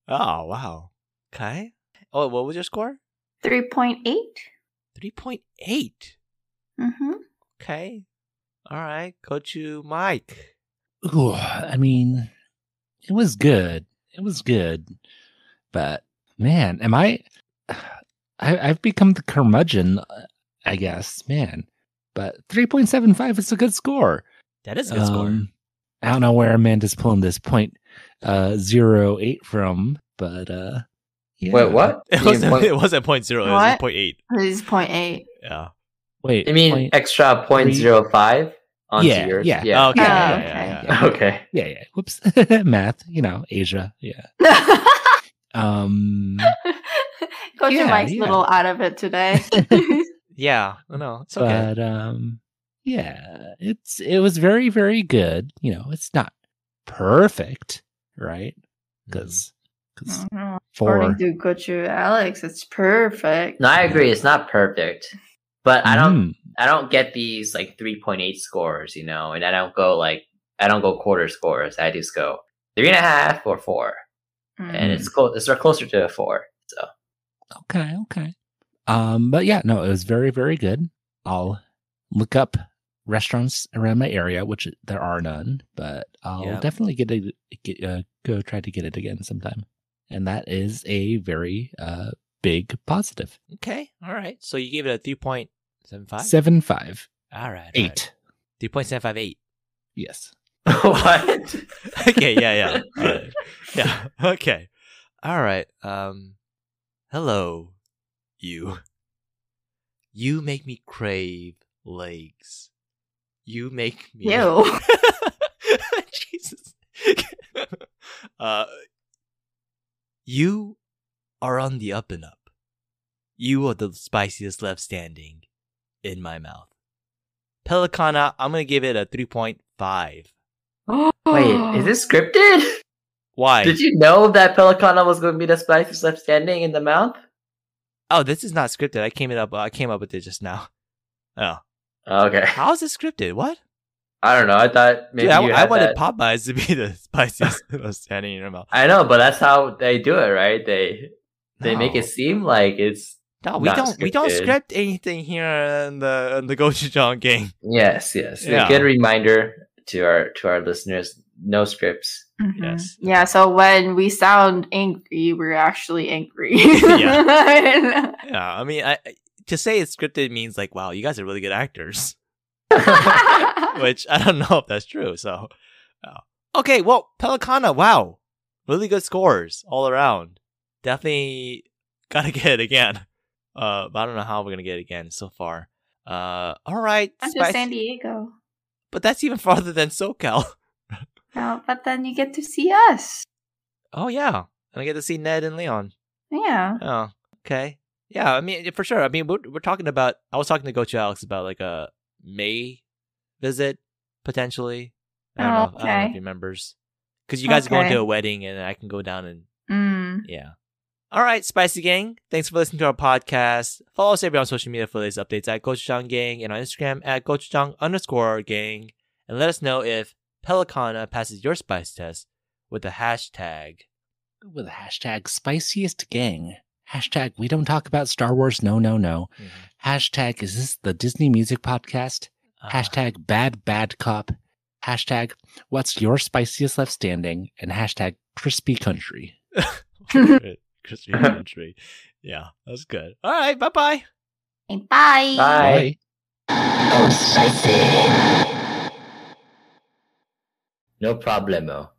Oh wow. Okay. Oh, what was your score? Three point Three point eight. Mm-hmm. Okay. All right. Go to Mike. Ooh, I mean, it was good. It was good, but man, am I? <sighs> I I've become the curmudgeon, uh, I guess, man. But three point seven five is a good score. That is a good score. Um, I don't know where Amanda's pulling this point uh, zero eight from, but uh, yeah. Wait, what? <laughs> <laughs> It You wasn't. point- it wasn't point zero. It was What? point eight. This is point eight. <laughs> Yeah. Wait, You mean point- extra point three- zero five onto Yeah, yours? yeah. yeah. Oh, Okay. Yeah, yeah, yeah, okay. <laughs> yeah. Okay. yeah, yeah. Whoops, <laughs> math. You know, Asia. Yeah. Um. Coach Yeah, Mike's yeah. a little out of it <laughs> today. Yeah. Oh, No, it's okay. but um yeah it's it was very very good you know it's not perfect right Mm-hmm. because because Mhm. four According to Gochu Alex, it's perfect. No, I agree. It's not perfect, but I don't. Mm, I don't get these like three point eight scores, you know, and I don't go like I don't go quarter scores. I just go three and a half or four, Mm. and it's close. It's closer to a four. <laughs> So okay okay um but yeah no it was very very good i'll look up restaurants around my area which there are none but i'll Yeah. definitely get a get, uh, go try to get it again sometime and that is a very uh big positive Okay. All right. So you gave it a three point seven five. seven five All right. eight Three point seven five eight. yes what? <laughs> Okay. Yeah. Yeah. All right. Yeah. <laughs> Okay. All right. Um. Hello, you. You make me crave legs. You make me. Ew. <laughs> Jesus. <laughs> uh, you are on the up and up. You are the spiciest left standing in my mouth. Pelicana, I'm gonna give it a 3.5. Wait, <sighs> is this scripted? Why? Did you know that Pelicana was going to be the spiciest left standing in the mouth? oh, this is not scripted. I came it up. I came up with it just now. Oh, Okay, how is it scripted? What? I don't know. I thought maybe Dude, I, you I had wanted that. Popeyes to be the <laughs> <laughs> spiciest left standing in your mouth. I know, but that's how they do it, right? They they make No. it seem like it's No, we Not don't. We don't scripted. script anything here in the in the <laughs> Gochujang gang. yes, yes. Yeah. A good reminder to our to our listeners: no scripts. Mhm. Yes. Yeah. So when we sound angry, we're actually angry. <laughs> Yeah. Yeah, I mean, I I- to say it's scripted means like, wow, you guys are really good actors, which I don't know if that's true. So, yeah. okay, well, Pelicana, wow, really good scores all around. Definitely gotta <laughs> get it again. Uh, but I don't know how we're gonna get it again so far. Uh, all right, That's Spice- just San Diego. but that's even <laughs> farther than SoCal. No, but then you get to see us. Oh yeah, and I get to see Ned and Leon. Yeah. Oh, okay. Yeah, I mean, for sure. I mean, we're, we're talking about. I was talking to Gochu Alex about like a May visit potentially. I don't, Oh, know, if- I don't know okay. if he remembers because you guys are going Okay. to a wedding, and I can go down and Mm. yeah. All right, Spicy Gang. Thanks for listening to our podcast. Follow us everywhere on social media for latest updates at Gochujang Gang and on Instagram at Gochujang underscore gang. And let us know if Pelicana passes your spice test with the hashtag. with the hashtag spiciest gang. Hashtag we don't talk about Star Wars. No, no, no. Hashtag is this the Disney music podcast? Mm-hmm. Uh, Hashtag bad, bad cop. Hashtag what's your spiciest left standing? And hashtag crispy country. <laughs> Crispy country. Yeah, that's good. All right, bye bye. Okay, bye. Bye. Oh, spicy. No problemo.